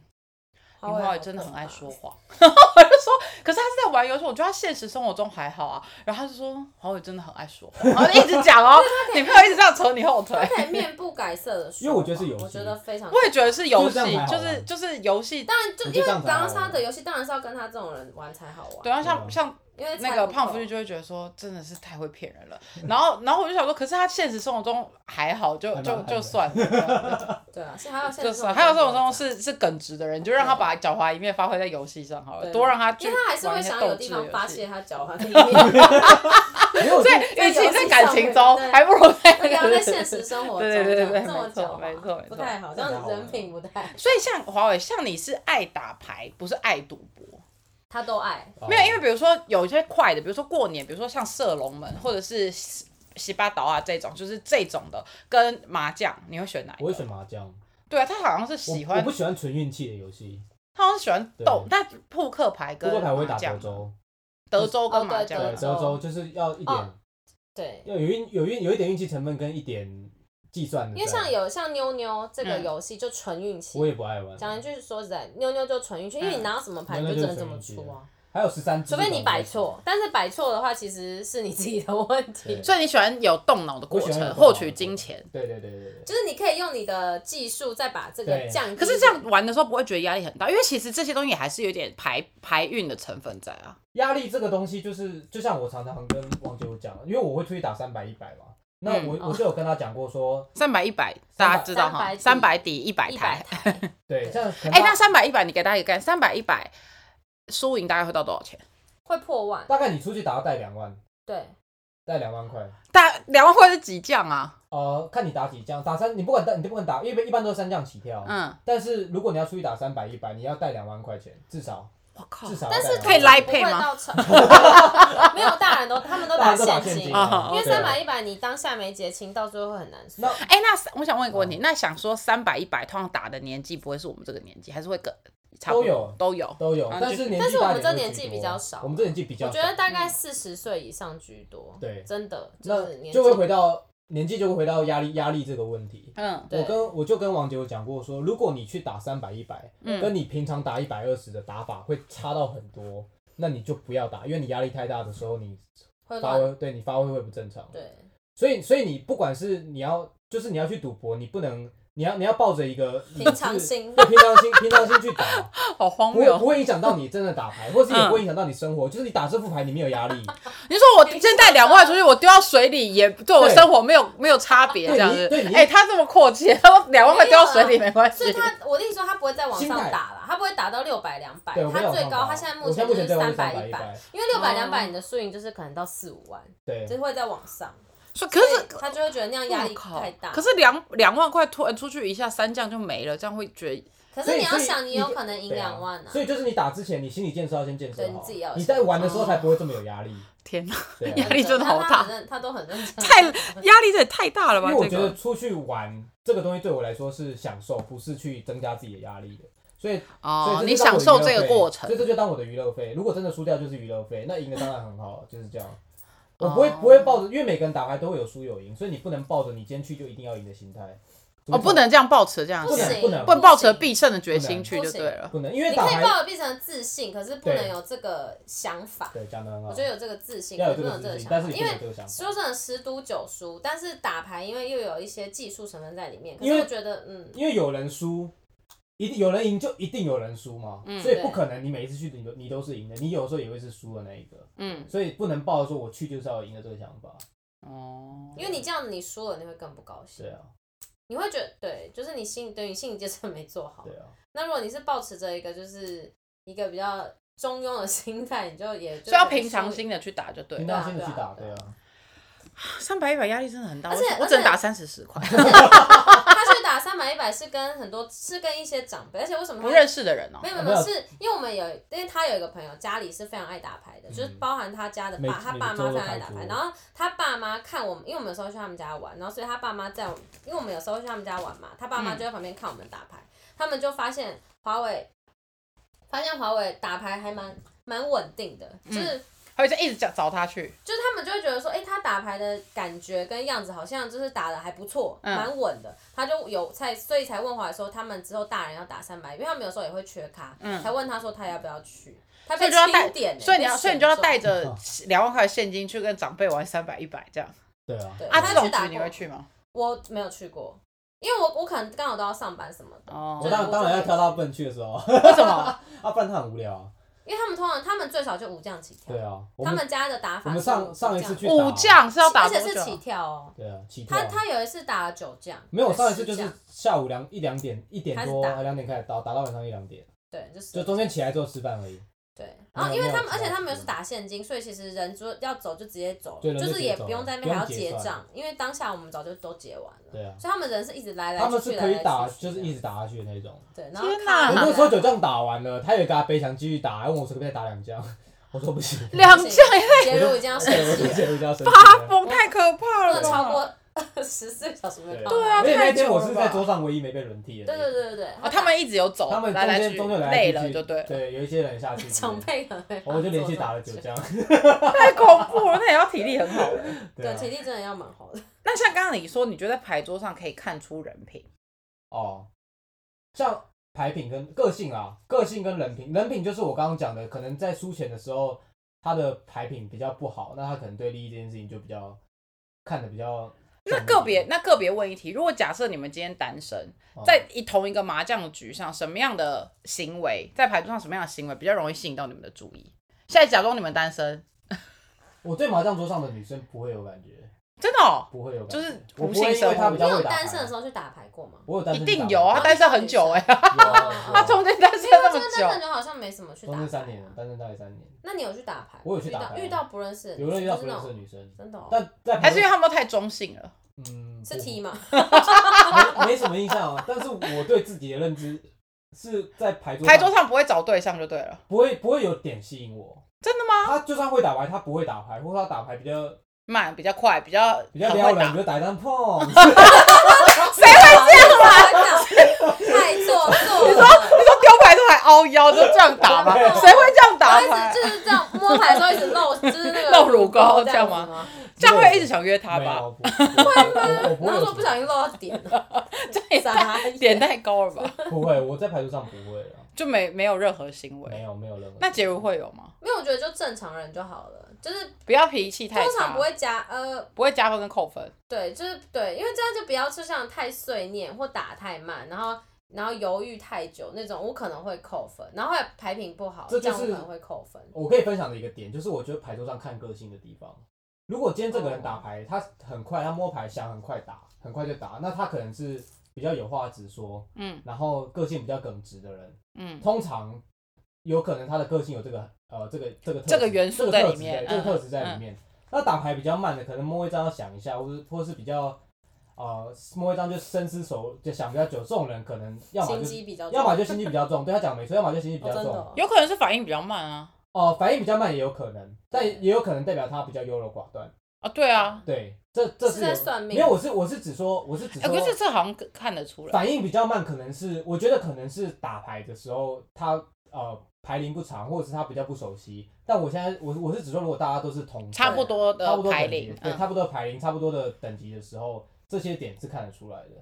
Speaker 1: 林华伟真的很爱说谎， 我就说，可是他是在玩游戏，我觉得他现实生活中还好啊。然后他就说，华伟真的很爱说 谎，然后一直讲哦，女朋友一直这样扯你后腿
Speaker 3: 他。可以面不改色的说，
Speaker 2: 因为我觉得是游戏
Speaker 3: 我觉得非常。
Speaker 1: 我也觉得是游
Speaker 2: 就是这样
Speaker 1: 戏
Speaker 2: 才，好
Speaker 1: 就
Speaker 2: 玩
Speaker 1: 是就是游戏。
Speaker 3: 当然就
Speaker 2: 我
Speaker 3: 因
Speaker 2: 觉得这
Speaker 3: 为
Speaker 2: 样才好玩
Speaker 3: 刚刚他的游戏当然是要跟他这种人玩才好玩，
Speaker 1: 对啊，像
Speaker 2: 对啊
Speaker 1: 像
Speaker 3: 因为
Speaker 1: 那
Speaker 3: 猜
Speaker 1: 个
Speaker 3: 不
Speaker 1: 胖
Speaker 3: 透
Speaker 1: 夫就会觉得说，真的是太会骗人了。然后，然后我就想说，可是他现实生活中还好，就
Speaker 2: 还蛮
Speaker 1: 就
Speaker 2: 还
Speaker 1: 就
Speaker 2: 蛮
Speaker 1: 算了，
Speaker 3: 对啊，是还有现
Speaker 1: 就
Speaker 3: 实
Speaker 1: 算。还有这种东
Speaker 3: 中
Speaker 1: 西，是是耿直的人，就让他把狡猾一面发挥在游戏上好了，
Speaker 3: 对
Speaker 1: 多让他去
Speaker 3: 因为他还是
Speaker 1: 玩
Speaker 3: 会
Speaker 1: 一些
Speaker 3: 想
Speaker 1: 斗
Speaker 3: 有地
Speaker 1: 智的
Speaker 3: 方
Speaker 1: 游
Speaker 3: 发
Speaker 1: 戏
Speaker 3: 泄他狡猾的一面，
Speaker 2: 没有，
Speaker 1: 所以，
Speaker 3: 在
Speaker 1: 与其
Speaker 3: 游戏
Speaker 1: 在感
Speaker 3: 上
Speaker 1: 情
Speaker 3: 面
Speaker 1: 中，
Speaker 3: 对啊
Speaker 1: 还不如在
Speaker 3: 不要在现
Speaker 1: 个
Speaker 3: 实生活中
Speaker 1: 对对对对
Speaker 3: 这么
Speaker 1: 没错
Speaker 3: 狡猾，
Speaker 1: 没错没错
Speaker 3: 不太好，这样子人品不太好，
Speaker 1: 所以像华为，像你是爱打牌，不是爱赌博。
Speaker 3: 他都爱。
Speaker 2: 哦
Speaker 1: 没有，因为比如说有一些快的，比如说过年，比如说像射龙门或者是西西巴岛啊这种，就是这种的，跟麻将，你会选哪一
Speaker 2: 我会
Speaker 1: 个？
Speaker 2: 选麻将，
Speaker 1: 对啊，他好像是
Speaker 2: 我
Speaker 1: 喜
Speaker 2: 我
Speaker 1: 欢
Speaker 2: 不，喜欢纯运气的游戏，
Speaker 1: 他好像喜欢斗，但扑克牌
Speaker 2: 扑
Speaker 1: 跟
Speaker 2: 克牌我会
Speaker 1: 麻
Speaker 2: 打
Speaker 1: 将
Speaker 2: 德
Speaker 1: 嘛，
Speaker 2: 州，
Speaker 1: 德州跟
Speaker 3: 哦
Speaker 1: 麻
Speaker 3: 对
Speaker 1: 将
Speaker 3: 德
Speaker 2: 对，
Speaker 1: 嘛，
Speaker 3: 州
Speaker 2: 德州就是要一点
Speaker 3: 哦对，
Speaker 2: 要有运有运有一点运气成分跟一点计算的在，
Speaker 3: 因为像有像妞妞这个
Speaker 1: 嗯
Speaker 3: 游戏就纯运气
Speaker 2: 我，也不爱玩，
Speaker 3: 讲一句说实在，妞妞就纯运气，因为你拿到什么牌你
Speaker 2: 妞
Speaker 3: 就
Speaker 2: 妞
Speaker 3: 只
Speaker 2: 就是
Speaker 3: 能怎么
Speaker 2: 纯运气
Speaker 3: 出啊，
Speaker 2: 还有十三，
Speaker 3: 除非你摆，错，但是摆错的话其实是你自己的问题
Speaker 2: 对，
Speaker 1: 所以你喜欢有动脑的过
Speaker 2: 我喜欢
Speaker 1: 程，
Speaker 2: 有动脑的
Speaker 1: 获
Speaker 2: 过程
Speaker 1: 取金钱。
Speaker 2: 对对对对对，
Speaker 3: 就是你可以用你的技术再把这个
Speaker 2: 对
Speaker 3: 降低。
Speaker 1: 可是这样玩的时候不会觉得压力很大，因为其实这些东西还是有点牌牌运的成分在啊。
Speaker 2: 压力这个东西就是，就像我常常跟王九讲，因为我会出去打三百一百嘛，那
Speaker 1: 嗯
Speaker 2: 我、
Speaker 3: 哦
Speaker 2: 我就有跟他讲过说，
Speaker 1: 三百一百，
Speaker 2: 300
Speaker 1: 大家知道哈，三百
Speaker 3: 300
Speaker 1: 底一百
Speaker 3: 一
Speaker 1: 台
Speaker 3: 百。台，
Speaker 2: 对，像可能
Speaker 1: 哎、那三百一百，你给大家一个概念，三百一百输赢大概会到多少钱？
Speaker 3: 会破万。
Speaker 2: 大概你出去打要带两万，
Speaker 3: 对，
Speaker 2: 带两万块，
Speaker 1: 大两万块是几将啊？
Speaker 2: 呃，看你打几将，打三你不管打你都不管打，因为一般都是三将起跳，
Speaker 1: 嗯，
Speaker 2: 但是如果你要出去打三百一百，你要带两万块钱，至少
Speaker 1: 我靠
Speaker 2: 至，少要带2
Speaker 3: 但是
Speaker 2: 万
Speaker 1: 可以
Speaker 3: 通常
Speaker 1: 来
Speaker 3: 不
Speaker 1: 配
Speaker 3: 会
Speaker 1: 吗
Speaker 3: 到成？没有，大人都他们都
Speaker 2: 大
Speaker 3: 打
Speaker 2: 家都打现
Speaker 3: 金哦
Speaker 2: 金，
Speaker 1: 啊
Speaker 2: 啊，
Speaker 1: 因
Speaker 3: 因为
Speaker 2: 对
Speaker 3: 三百一百你当下没结清，到最后会很难算。
Speaker 2: 那
Speaker 1: 哎、那三我想问一个问题，那想说三百一百通常打的年纪不会是我们这个年纪，还是会更差不
Speaker 2: 都
Speaker 1: 多
Speaker 2: 有
Speaker 1: 都有。
Speaker 2: 都有，
Speaker 1: 啊
Speaker 2: 但是年纪
Speaker 3: 嗯但是我
Speaker 2: 大
Speaker 3: 们
Speaker 2: 一点
Speaker 3: 这
Speaker 2: 会
Speaker 3: 年
Speaker 2: 居
Speaker 3: 纪
Speaker 2: 多
Speaker 3: 比较少
Speaker 2: 我们这年纪比较
Speaker 3: 我
Speaker 2: 少，
Speaker 3: 觉得大概四十岁以上居多。
Speaker 2: 嗯对
Speaker 3: 真的就
Speaker 2: 那
Speaker 3: 是年纪
Speaker 2: 就会回到年纪就会回到压力压力这个问题，
Speaker 1: 嗯，
Speaker 3: 对
Speaker 2: 我跟我就跟王杰有讲过说，如果你去打三百一百，
Speaker 1: 嗯
Speaker 3: 嗯
Speaker 2: 跟你平常打一百二十的打法会差到很多，那你就不要打，因为你压力太大的时候，你
Speaker 3: 会
Speaker 2: 发
Speaker 3: 乱。
Speaker 2: 挥对你发挥会不正常。
Speaker 3: 对，
Speaker 2: 所以所以你不管是你要就是你要去赌博，你不能你要你要抱着一个
Speaker 3: 平常心
Speaker 2: 你是对平常心平常心去 打，
Speaker 1: 好荒
Speaker 2: 不会
Speaker 1: 谬哦
Speaker 2: 不。会影响到你真的打牌，或是也不
Speaker 3: 嗯
Speaker 2: 会影响到你生活，就是你打这副牌你没有压 力，
Speaker 1: 你说我现在两万出去，我丢到水里也对我
Speaker 2: 对
Speaker 1: 生活没有没有差别，这样子
Speaker 2: 对你。对你
Speaker 1: 哎、他这么阔气，他说两万块丢到水里没关
Speaker 3: 所以
Speaker 1: 系。
Speaker 3: 他我跟你说，他不会在网上打啦，它不会打到六百两百，
Speaker 2: 对，我不
Speaker 3: 它
Speaker 2: 想
Speaker 3: 最
Speaker 2: 上
Speaker 3: 高
Speaker 2: 榜
Speaker 3: 它现在目
Speaker 2: 我
Speaker 3: 前
Speaker 2: 目
Speaker 3: 就
Speaker 2: 前
Speaker 3: 是
Speaker 2: 最高
Speaker 3: 三
Speaker 2: 是
Speaker 3: 百
Speaker 2: 百
Speaker 3: 一百，
Speaker 2: 百，嗯
Speaker 3: 因为六百两
Speaker 1: 哦
Speaker 3: 百你的输赢就是可能到四五万，
Speaker 2: 对
Speaker 3: 就，是会再往上，
Speaker 1: 说可是
Speaker 3: 所以他就会觉得那样压力
Speaker 1: 我靠
Speaker 3: 太大。
Speaker 1: 可是两两万块突然出去一下三降就没了，这样会觉得
Speaker 3: 可
Speaker 2: 所
Speaker 3: 是
Speaker 2: 以
Speaker 3: 你要
Speaker 2: 所以
Speaker 3: 想，
Speaker 2: 你
Speaker 3: 你有
Speaker 2: 就
Speaker 3: 可能赢
Speaker 2: 对
Speaker 3: 两万啊
Speaker 2: 所，以就是你打之前，你心理建设要先建设
Speaker 3: 对
Speaker 2: 好，
Speaker 3: 你自己要有哦
Speaker 2: 你
Speaker 3: 先
Speaker 2: 在玩的时候才不会这么有压 力。
Speaker 1: 天哪，
Speaker 2: 对啊
Speaker 1: 压力真的好
Speaker 3: 他
Speaker 1: 大
Speaker 3: 很认他都很认真。
Speaker 1: 太 压力这也太大了
Speaker 2: 因
Speaker 1: 吧？
Speaker 2: 为我
Speaker 1: 这
Speaker 2: 觉得
Speaker 1: 个
Speaker 2: 出去玩这个东西对我来说是享受，不是去增加自己的压力的。所以，
Speaker 1: 哦
Speaker 2: 所，以
Speaker 1: 你
Speaker 2: 就当
Speaker 1: 享
Speaker 2: 我的
Speaker 1: 受
Speaker 2: 娱乐
Speaker 1: 这个
Speaker 2: 费
Speaker 1: 过程
Speaker 2: 所以，这就当我的娱乐费。如果真的输掉就是娱乐费，那赢的当然很好，就是这样。我不会
Speaker 1: 哦
Speaker 2: 不会抱着，因为每个人打牌都会有输有赢，所以你不能抱着你今天去就一定要赢的心态。
Speaker 1: 哦，不能这样抱持这样
Speaker 3: 不
Speaker 2: 不能
Speaker 1: 子，
Speaker 3: 行，
Speaker 2: 不能
Speaker 1: 不能抱持
Speaker 3: 行
Speaker 1: 必胜的决心
Speaker 2: 不
Speaker 1: 去就
Speaker 3: 不行
Speaker 1: 对了。
Speaker 2: 不能，因为
Speaker 3: 你
Speaker 2: 打
Speaker 3: 可以
Speaker 2: 牌
Speaker 3: 抱有变成自信，可是不
Speaker 2: 对
Speaker 3: 能有这个想法。
Speaker 2: 对讲的很好
Speaker 3: 我觉，得有这个自信，
Speaker 2: 要有这
Speaker 3: 可是不
Speaker 2: 个
Speaker 3: 能有这
Speaker 2: 自
Speaker 3: 个
Speaker 2: 信，
Speaker 3: 想
Speaker 2: 但是
Speaker 3: 法，
Speaker 2: 也
Speaker 3: 因
Speaker 2: 不能
Speaker 3: 为
Speaker 2: 有这个想法。
Speaker 3: 说真的，十赌九输，但是打牌因为又有一些技术成分在里面，可
Speaker 2: 因
Speaker 3: 是
Speaker 2: 为
Speaker 3: 我觉得，嗯，
Speaker 2: 因为有人输，一定有人赢就一定有人输嘛，
Speaker 1: 嗯
Speaker 2: 所以
Speaker 3: 对
Speaker 2: 不可能你每一次去你都你都是赢的，你有时候也会是输的那一个，
Speaker 1: 嗯，
Speaker 2: 所以不能抱着说我去就是要赢的这个想法。
Speaker 1: 哦，
Speaker 3: 因为你这样子你输了，你会更不高兴
Speaker 2: 对，啊，
Speaker 3: 你会觉得对，就是你心对你心理建设没做好
Speaker 2: 对。啊，
Speaker 3: 那如果你是保持着一个就是一个比较中庸的心态，你就也就
Speaker 1: 所以要
Speaker 3: 可以
Speaker 1: 平常
Speaker 3: 输
Speaker 1: 心的去打就对
Speaker 2: 平
Speaker 1: 了。
Speaker 2: 常心的去打，
Speaker 3: 对
Speaker 2: 对
Speaker 3: 啊
Speaker 2: 啊，
Speaker 1: 三百一百压力真的很大，
Speaker 3: 而且
Speaker 1: 我只我
Speaker 3: 而
Speaker 1: 只能
Speaker 3: 且
Speaker 1: 打三十十块，
Speaker 3: 啊他去打三百一百是跟很多是跟一些长辈，而且为什么
Speaker 1: 不
Speaker 3: 他
Speaker 1: 认识的人哦
Speaker 3: 没。有没
Speaker 2: 啊
Speaker 3: 有
Speaker 2: 没
Speaker 3: 没有，
Speaker 2: 有
Speaker 3: 是因为我们有，因为他有一个朋友家里是非常爱打牌的，就是
Speaker 2: 嗯
Speaker 3: 包含他家的
Speaker 2: 每
Speaker 3: 爸，他
Speaker 2: 每
Speaker 3: 爸
Speaker 2: 周
Speaker 3: 妈
Speaker 2: 都
Speaker 3: 非常
Speaker 2: 开
Speaker 3: 爱打牌，
Speaker 2: 桌
Speaker 3: 然后他爸妈看我们，因为我们有时候去他们家玩，然后所以他爸妈在我们，因为我们有时候会去他们家玩嘛，他爸妈
Speaker 1: 嗯
Speaker 3: 就在旁边看我们打牌，他们就发现华为，发现华为打牌还蛮蛮稳定的，就是。
Speaker 1: 还有就一直找找他去，
Speaker 3: 就是他们就会觉得说，哎、他打牌的感觉跟样子好像就是打的还不错，
Speaker 1: 嗯
Speaker 3: 蛮稳的。他就有才，所以才问华说，他们之后大人要打三百，因为他们有时候也会缺咖，
Speaker 1: 嗯
Speaker 3: 才问他说他要不要去。他
Speaker 1: 所
Speaker 3: 被
Speaker 1: 以就要
Speaker 3: 钦
Speaker 1: 带
Speaker 3: 点、欸，
Speaker 1: 所以你要，
Speaker 3: 被
Speaker 1: 所以你就要
Speaker 3: 选中
Speaker 1: 带。着两万块现金去跟长辈玩三百一百这样
Speaker 2: 对啊，
Speaker 3: 对
Speaker 1: 啊？
Speaker 3: 他
Speaker 1: 这
Speaker 3: 去
Speaker 1: 种
Speaker 3: 打
Speaker 1: 局你
Speaker 3: 过
Speaker 1: 会去吗？
Speaker 3: 我没有去过，因为我我可能刚好都要上班什么的，
Speaker 1: 哦
Speaker 2: 我，当然当然要挑他笨去的时 候，
Speaker 1: 为什么？
Speaker 2: 啊，不然他很无聊啊。
Speaker 3: 因为他们通常他们最少就五将起跳
Speaker 2: 对，啊，我
Speaker 3: 他
Speaker 2: 们
Speaker 3: 们家的打法
Speaker 2: 我们
Speaker 3: 是
Speaker 2: 上
Speaker 3: 五
Speaker 2: 上一
Speaker 3: 将
Speaker 2: 次去打
Speaker 1: 武将是要打
Speaker 3: 而
Speaker 1: 多
Speaker 3: 且是
Speaker 1: 久
Speaker 3: 起
Speaker 1: 啊？
Speaker 3: 跳哦。
Speaker 2: 对啊，起跳
Speaker 3: 他
Speaker 2: 啊。
Speaker 3: 他有一次打了九将，
Speaker 2: 没有，
Speaker 3: 还
Speaker 2: 上一次就是
Speaker 3: 十将
Speaker 2: 下午两一两点一点
Speaker 3: 开始
Speaker 2: 多
Speaker 3: 打
Speaker 2: 还两点开始打，打到晚上一两点，
Speaker 3: 对，就是
Speaker 2: 就中间起来之后吃饭而已。
Speaker 3: 对，然后
Speaker 2: 没
Speaker 3: 因
Speaker 2: 有
Speaker 3: 为
Speaker 2: 没有
Speaker 3: 他们，而
Speaker 2: 其他
Speaker 3: 且他们
Speaker 2: 的
Speaker 3: 又是打现金，所以其实人说要走就直接走，
Speaker 2: 对人就
Speaker 3: 就
Speaker 2: 是直接
Speaker 3: 也
Speaker 2: 走
Speaker 3: 不用
Speaker 2: 了
Speaker 3: 在那
Speaker 2: 不
Speaker 3: 边还
Speaker 2: 用
Speaker 3: 要
Speaker 2: 结
Speaker 3: 结
Speaker 2: 算
Speaker 3: 账，因为当下我们早就都结完了，
Speaker 2: 对啊，
Speaker 3: 所以他们人是一直来来
Speaker 2: 他们
Speaker 3: 啊去去，
Speaker 2: 是
Speaker 3: 来
Speaker 2: 可以
Speaker 3: 来
Speaker 2: 打，
Speaker 3: 去去
Speaker 2: 就是
Speaker 3: 的
Speaker 2: 一直打下去的那种。
Speaker 3: 对，然后
Speaker 1: 天
Speaker 3: 卡
Speaker 2: 我
Speaker 1: 哪
Speaker 3: 卡
Speaker 2: 那时候九将打完了，他也给他背墙继续打，还问我说可不可以打两将， 我说不 行，
Speaker 1: 两
Speaker 3: 不行
Speaker 1: 将也
Speaker 3: 结束已经要生
Speaker 2: 对，我
Speaker 3: 气
Speaker 2: 直
Speaker 3: 了，
Speaker 2: 接回家生气
Speaker 1: 发
Speaker 2: 了。
Speaker 1: 疯，太可怕
Speaker 3: 不
Speaker 1: 了
Speaker 3: 能
Speaker 1: 吧。
Speaker 3: 超过十四小时没
Speaker 2: 对
Speaker 1: 对
Speaker 3: 看到
Speaker 1: 啊
Speaker 2: 而且那天我
Speaker 1: 太久了
Speaker 2: 是
Speaker 1: 吧
Speaker 2: 在桌上唯一没被轮替的
Speaker 3: 对
Speaker 2: 那一个。
Speaker 3: 对对对对，
Speaker 1: 哦，他们一直有走，
Speaker 2: 他们
Speaker 1: 来
Speaker 2: 中
Speaker 1: 来
Speaker 2: 间
Speaker 1: 去
Speaker 2: 中间来来
Speaker 1: 累
Speaker 2: 去
Speaker 1: 了
Speaker 2: 去
Speaker 1: 就对了，
Speaker 2: 对，有一些人下 去。
Speaker 3: 长辈可能会
Speaker 2: 我就连续
Speaker 3: 做这
Speaker 2: 打了
Speaker 3: 种
Speaker 2: 九
Speaker 3: 事，
Speaker 2: 将。
Speaker 1: 太恐怖了，那也要体力很好。
Speaker 2: 啊
Speaker 3: 对，体力真的要蛮好的，
Speaker 1: 那像刚刚你说，你觉得牌桌上可以看出人品，
Speaker 2: 哦，像牌品跟个性啊，个性跟人品，人品就是我刚刚讲的，可能在输钱的时候，他的牌品比较不好，那他可能对利益这件事情就比较看的比较重一
Speaker 1: 那
Speaker 2: 点。
Speaker 1: 个别那个别问一题，如果假设你们今天单身，
Speaker 2: 哦
Speaker 1: 在一同一个麻将局上，什么样的行为在牌桌上什么样的行为比较容易吸引到你们的注意？现在假装你们单身，
Speaker 2: 我对麻将桌上的女生不会有感觉，
Speaker 1: 真的、哦、
Speaker 2: 不会有感觉，
Speaker 1: 就是
Speaker 2: 我
Speaker 1: 无
Speaker 2: 不
Speaker 1: 性
Speaker 2: 会因
Speaker 1: 生
Speaker 2: 为她
Speaker 1: 活
Speaker 2: 比
Speaker 3: 你
Speaker 2: 较
Speaker 3: 有
Speaker 2: 会打
Speaker 3: 单
Speaker 2: 牌。
Speaker 3: 身的时候去打牌过吗？
Speaker 2: 我有单
Speaker 1: 一
Speaker 2: 身
Speaker 1: 定
Speaker 2: 打
Speaker 1: 有
Speaker 2: 过
Speaker 1: 啊，他单身很久哎、
Speaker 2: 有啊
Speaker 3: 哦
Speaker 2: 有啊
Speaker 1: 他中间单身
Speaker 3: 没
Speaker 1: 那
Speaker 3: 有，
Speaker 1: 么
Speaker 3: 真的单 身
Speaker 1: 久，
Speaker 3: 就好像没什么去
Speaker 2: 中
Speaker 3: 打牌
Speaker 2: 间三年了
Speaker 3: 啊，。
Speaker 2: 单身大概三年，
Speaker 3: 那你有去打牌吗？
Speaker 2: 我有去
Speaker 3: 遇
Speaker 2: 打
Speaker 3: 到
Speaker 2: 牌啊
Speaker 3: 遇到不认识的
Speaker 1: 呃
Speaker 2: 有人
Speaker 3: 女生
Speaker 2: 遇到
Speaker 3: 就
Speaker 2: 不
Speaker 3: 是那
Speaker 2: 认识的
Speaker 3: 种
Speaker 2: 女生，
Speaker 3: 真的、哦，
Speaker 2: 但在
Speaker 1: 还是因
Speaker 2: 朋友
Speaker 1: 为他们太中性了，
Speaker 2: 嗯
Speaker 3: 是
Speaker 2: 不
Speaker 3: T 吗？
Speaker 2: 没没什么印象啊，但是我对自己的认知是在牌桌上
Speaker 1: 牌桌上不会找对象就对了，
Speaker 2: 不会不会有点吸引我。
Speaker 1: 真的吗？
Speaker 2: 他就算会打牌，他不会打牌，或者他打牌比较
Speaker 1: 慢比较快，比较哦
Speaker 2: 比较
Speaker 1: 很
Speaker 2: 撩
Speaker 1: 会
Speaker 2: 人，
Speaker 1: 打
Speaker 2: 比，如打一张碰，
Speaker 1: 谁会
Speaker 3: 太做 作了。
Speaker 1: 你说丢牌都还凹腰，就这样打吗？
Speaker 3: 对
Speaker 1: 谁会这样打
Speaker 3: 然后一
Speaker 1: 牌
Speaker 3: 直？就是这样摸牌的时候一直 露，就是那个
Speaker 1: 露乳沟
Speaker 3: 这
Speaker 1: 这样
Speaker 3: 子
Speaker 1: 吗
Speaker 3: 吗？
Speaker 1: 这样会一直想约他
Speaker 2: 没
Speaker 1: 吧？
Speaker 2: 有，不会我不
Speaker 3: 然
Speaker 2: 会
Speaker 3: 后
Speaker 2: 有
Speaker 3: 说不小心露到点了，
Speaker 1: 这也太
Speaker 3: 傻眼
Speaker 1: 点太高了吧？
Speaker 2: 不会，我在牌桌上不会了，
Speaker 1: 就没没有任何行
Speaker 2: 没
Speaker 1: 为。
Speaker 2: 有没有任何。
Speaker 1: 那杰如会有吗？
Speaker 3: 没有，我觉得就正常人就好了，就是
Speaker 1: 不要脾气太
Speaker 3: 通常
Speaker 1: 差，
Speaker 3: 不会加呃，
Speaker 1: 不会加分跟扣分。
Speaker 3: 对，就是对，因为这样就不要就像太碎念或打太慢，然后。然后犹豫太久那种，我可能会扣分，然后还有牌品不好，
Speaker 2: 这就
Speaker 3: 样我
Speaker 2: 是
Speaker 3: 可能会扣分。
Speaker 2: 我可以分享的一个点就是，我觉得牌桌上看个性的地方。
Speaker 1: 哦
Speaker 2: 如果今天这个人打牌，他很快，他摸牌想很快打，很快就打，那他可能是比较有话直说，
Speaker 1: 嗯
Speaker 2: 然后个性比较耿直的人，
Speaker 1: 嗯
Speaker 2: 通常有可能他的个性有这个呃这个这个特质
Speaker 1: 这个元素
Speaker 2: 这个
Speaker 1: 在
Speaker 2: 特
Speaker 1: 里
Speaker 2: 质
Speaker 1: 面
Speaker 2: 这个
Speaker 1: 嗯
Speaker 2: 特质在里面。那打牌比较慢的，可能摸一张要想一下，或是或是比较呃摸一张就深思熟就想比较久，这种人可能要么
Speaker 3: 心
Speaker 2: 就
Speaker 3: 机比较重，
Speaker 2: 要么就心机比较重，对他讲没错，要么就心机比
Speaker 3: 哦
Speaker 2: 较
Speaker 3: 真
Speaker 2: 重
Speaker 3: 的，
Speaker 2: 哦、
Speaker 3: 哦
Speaker 1: 有可能是反应比较慢啊。
Speaker 2: 反应比较慢也有可能，但也有可能代表他比较优柔寡断。
Speaker 1: 啊，对啊，
Speaker 2: 对，这这
Speaker 3: 是
Speaker 2: 有
Speaker 3: 在算命
Speaker 2: 没有，我是我是只说我是只
Speaker 1: 哎、可是
Speaker 2: 说
Speaker 1: 这好像看得出来。
Speaker 2: 反应比较慢，可能是我觉得可能是打牌的时候他呃牌龄不长，或者是他比较不熟悉。但我现在我我是只说，如果大家都是同
Speaker 1: 差不多
Speaker 2: 差不
Speaker 1: 的
Speaker 2: 多
Speaker 1: 排
Speaker 2: 等级
Speaker 1: 龄，
Speaker 2: 对，
Speaker 1: 嗯
Speaker 2: 差不多的排龄，差不多的等级的时候，这些点是看得出来 的。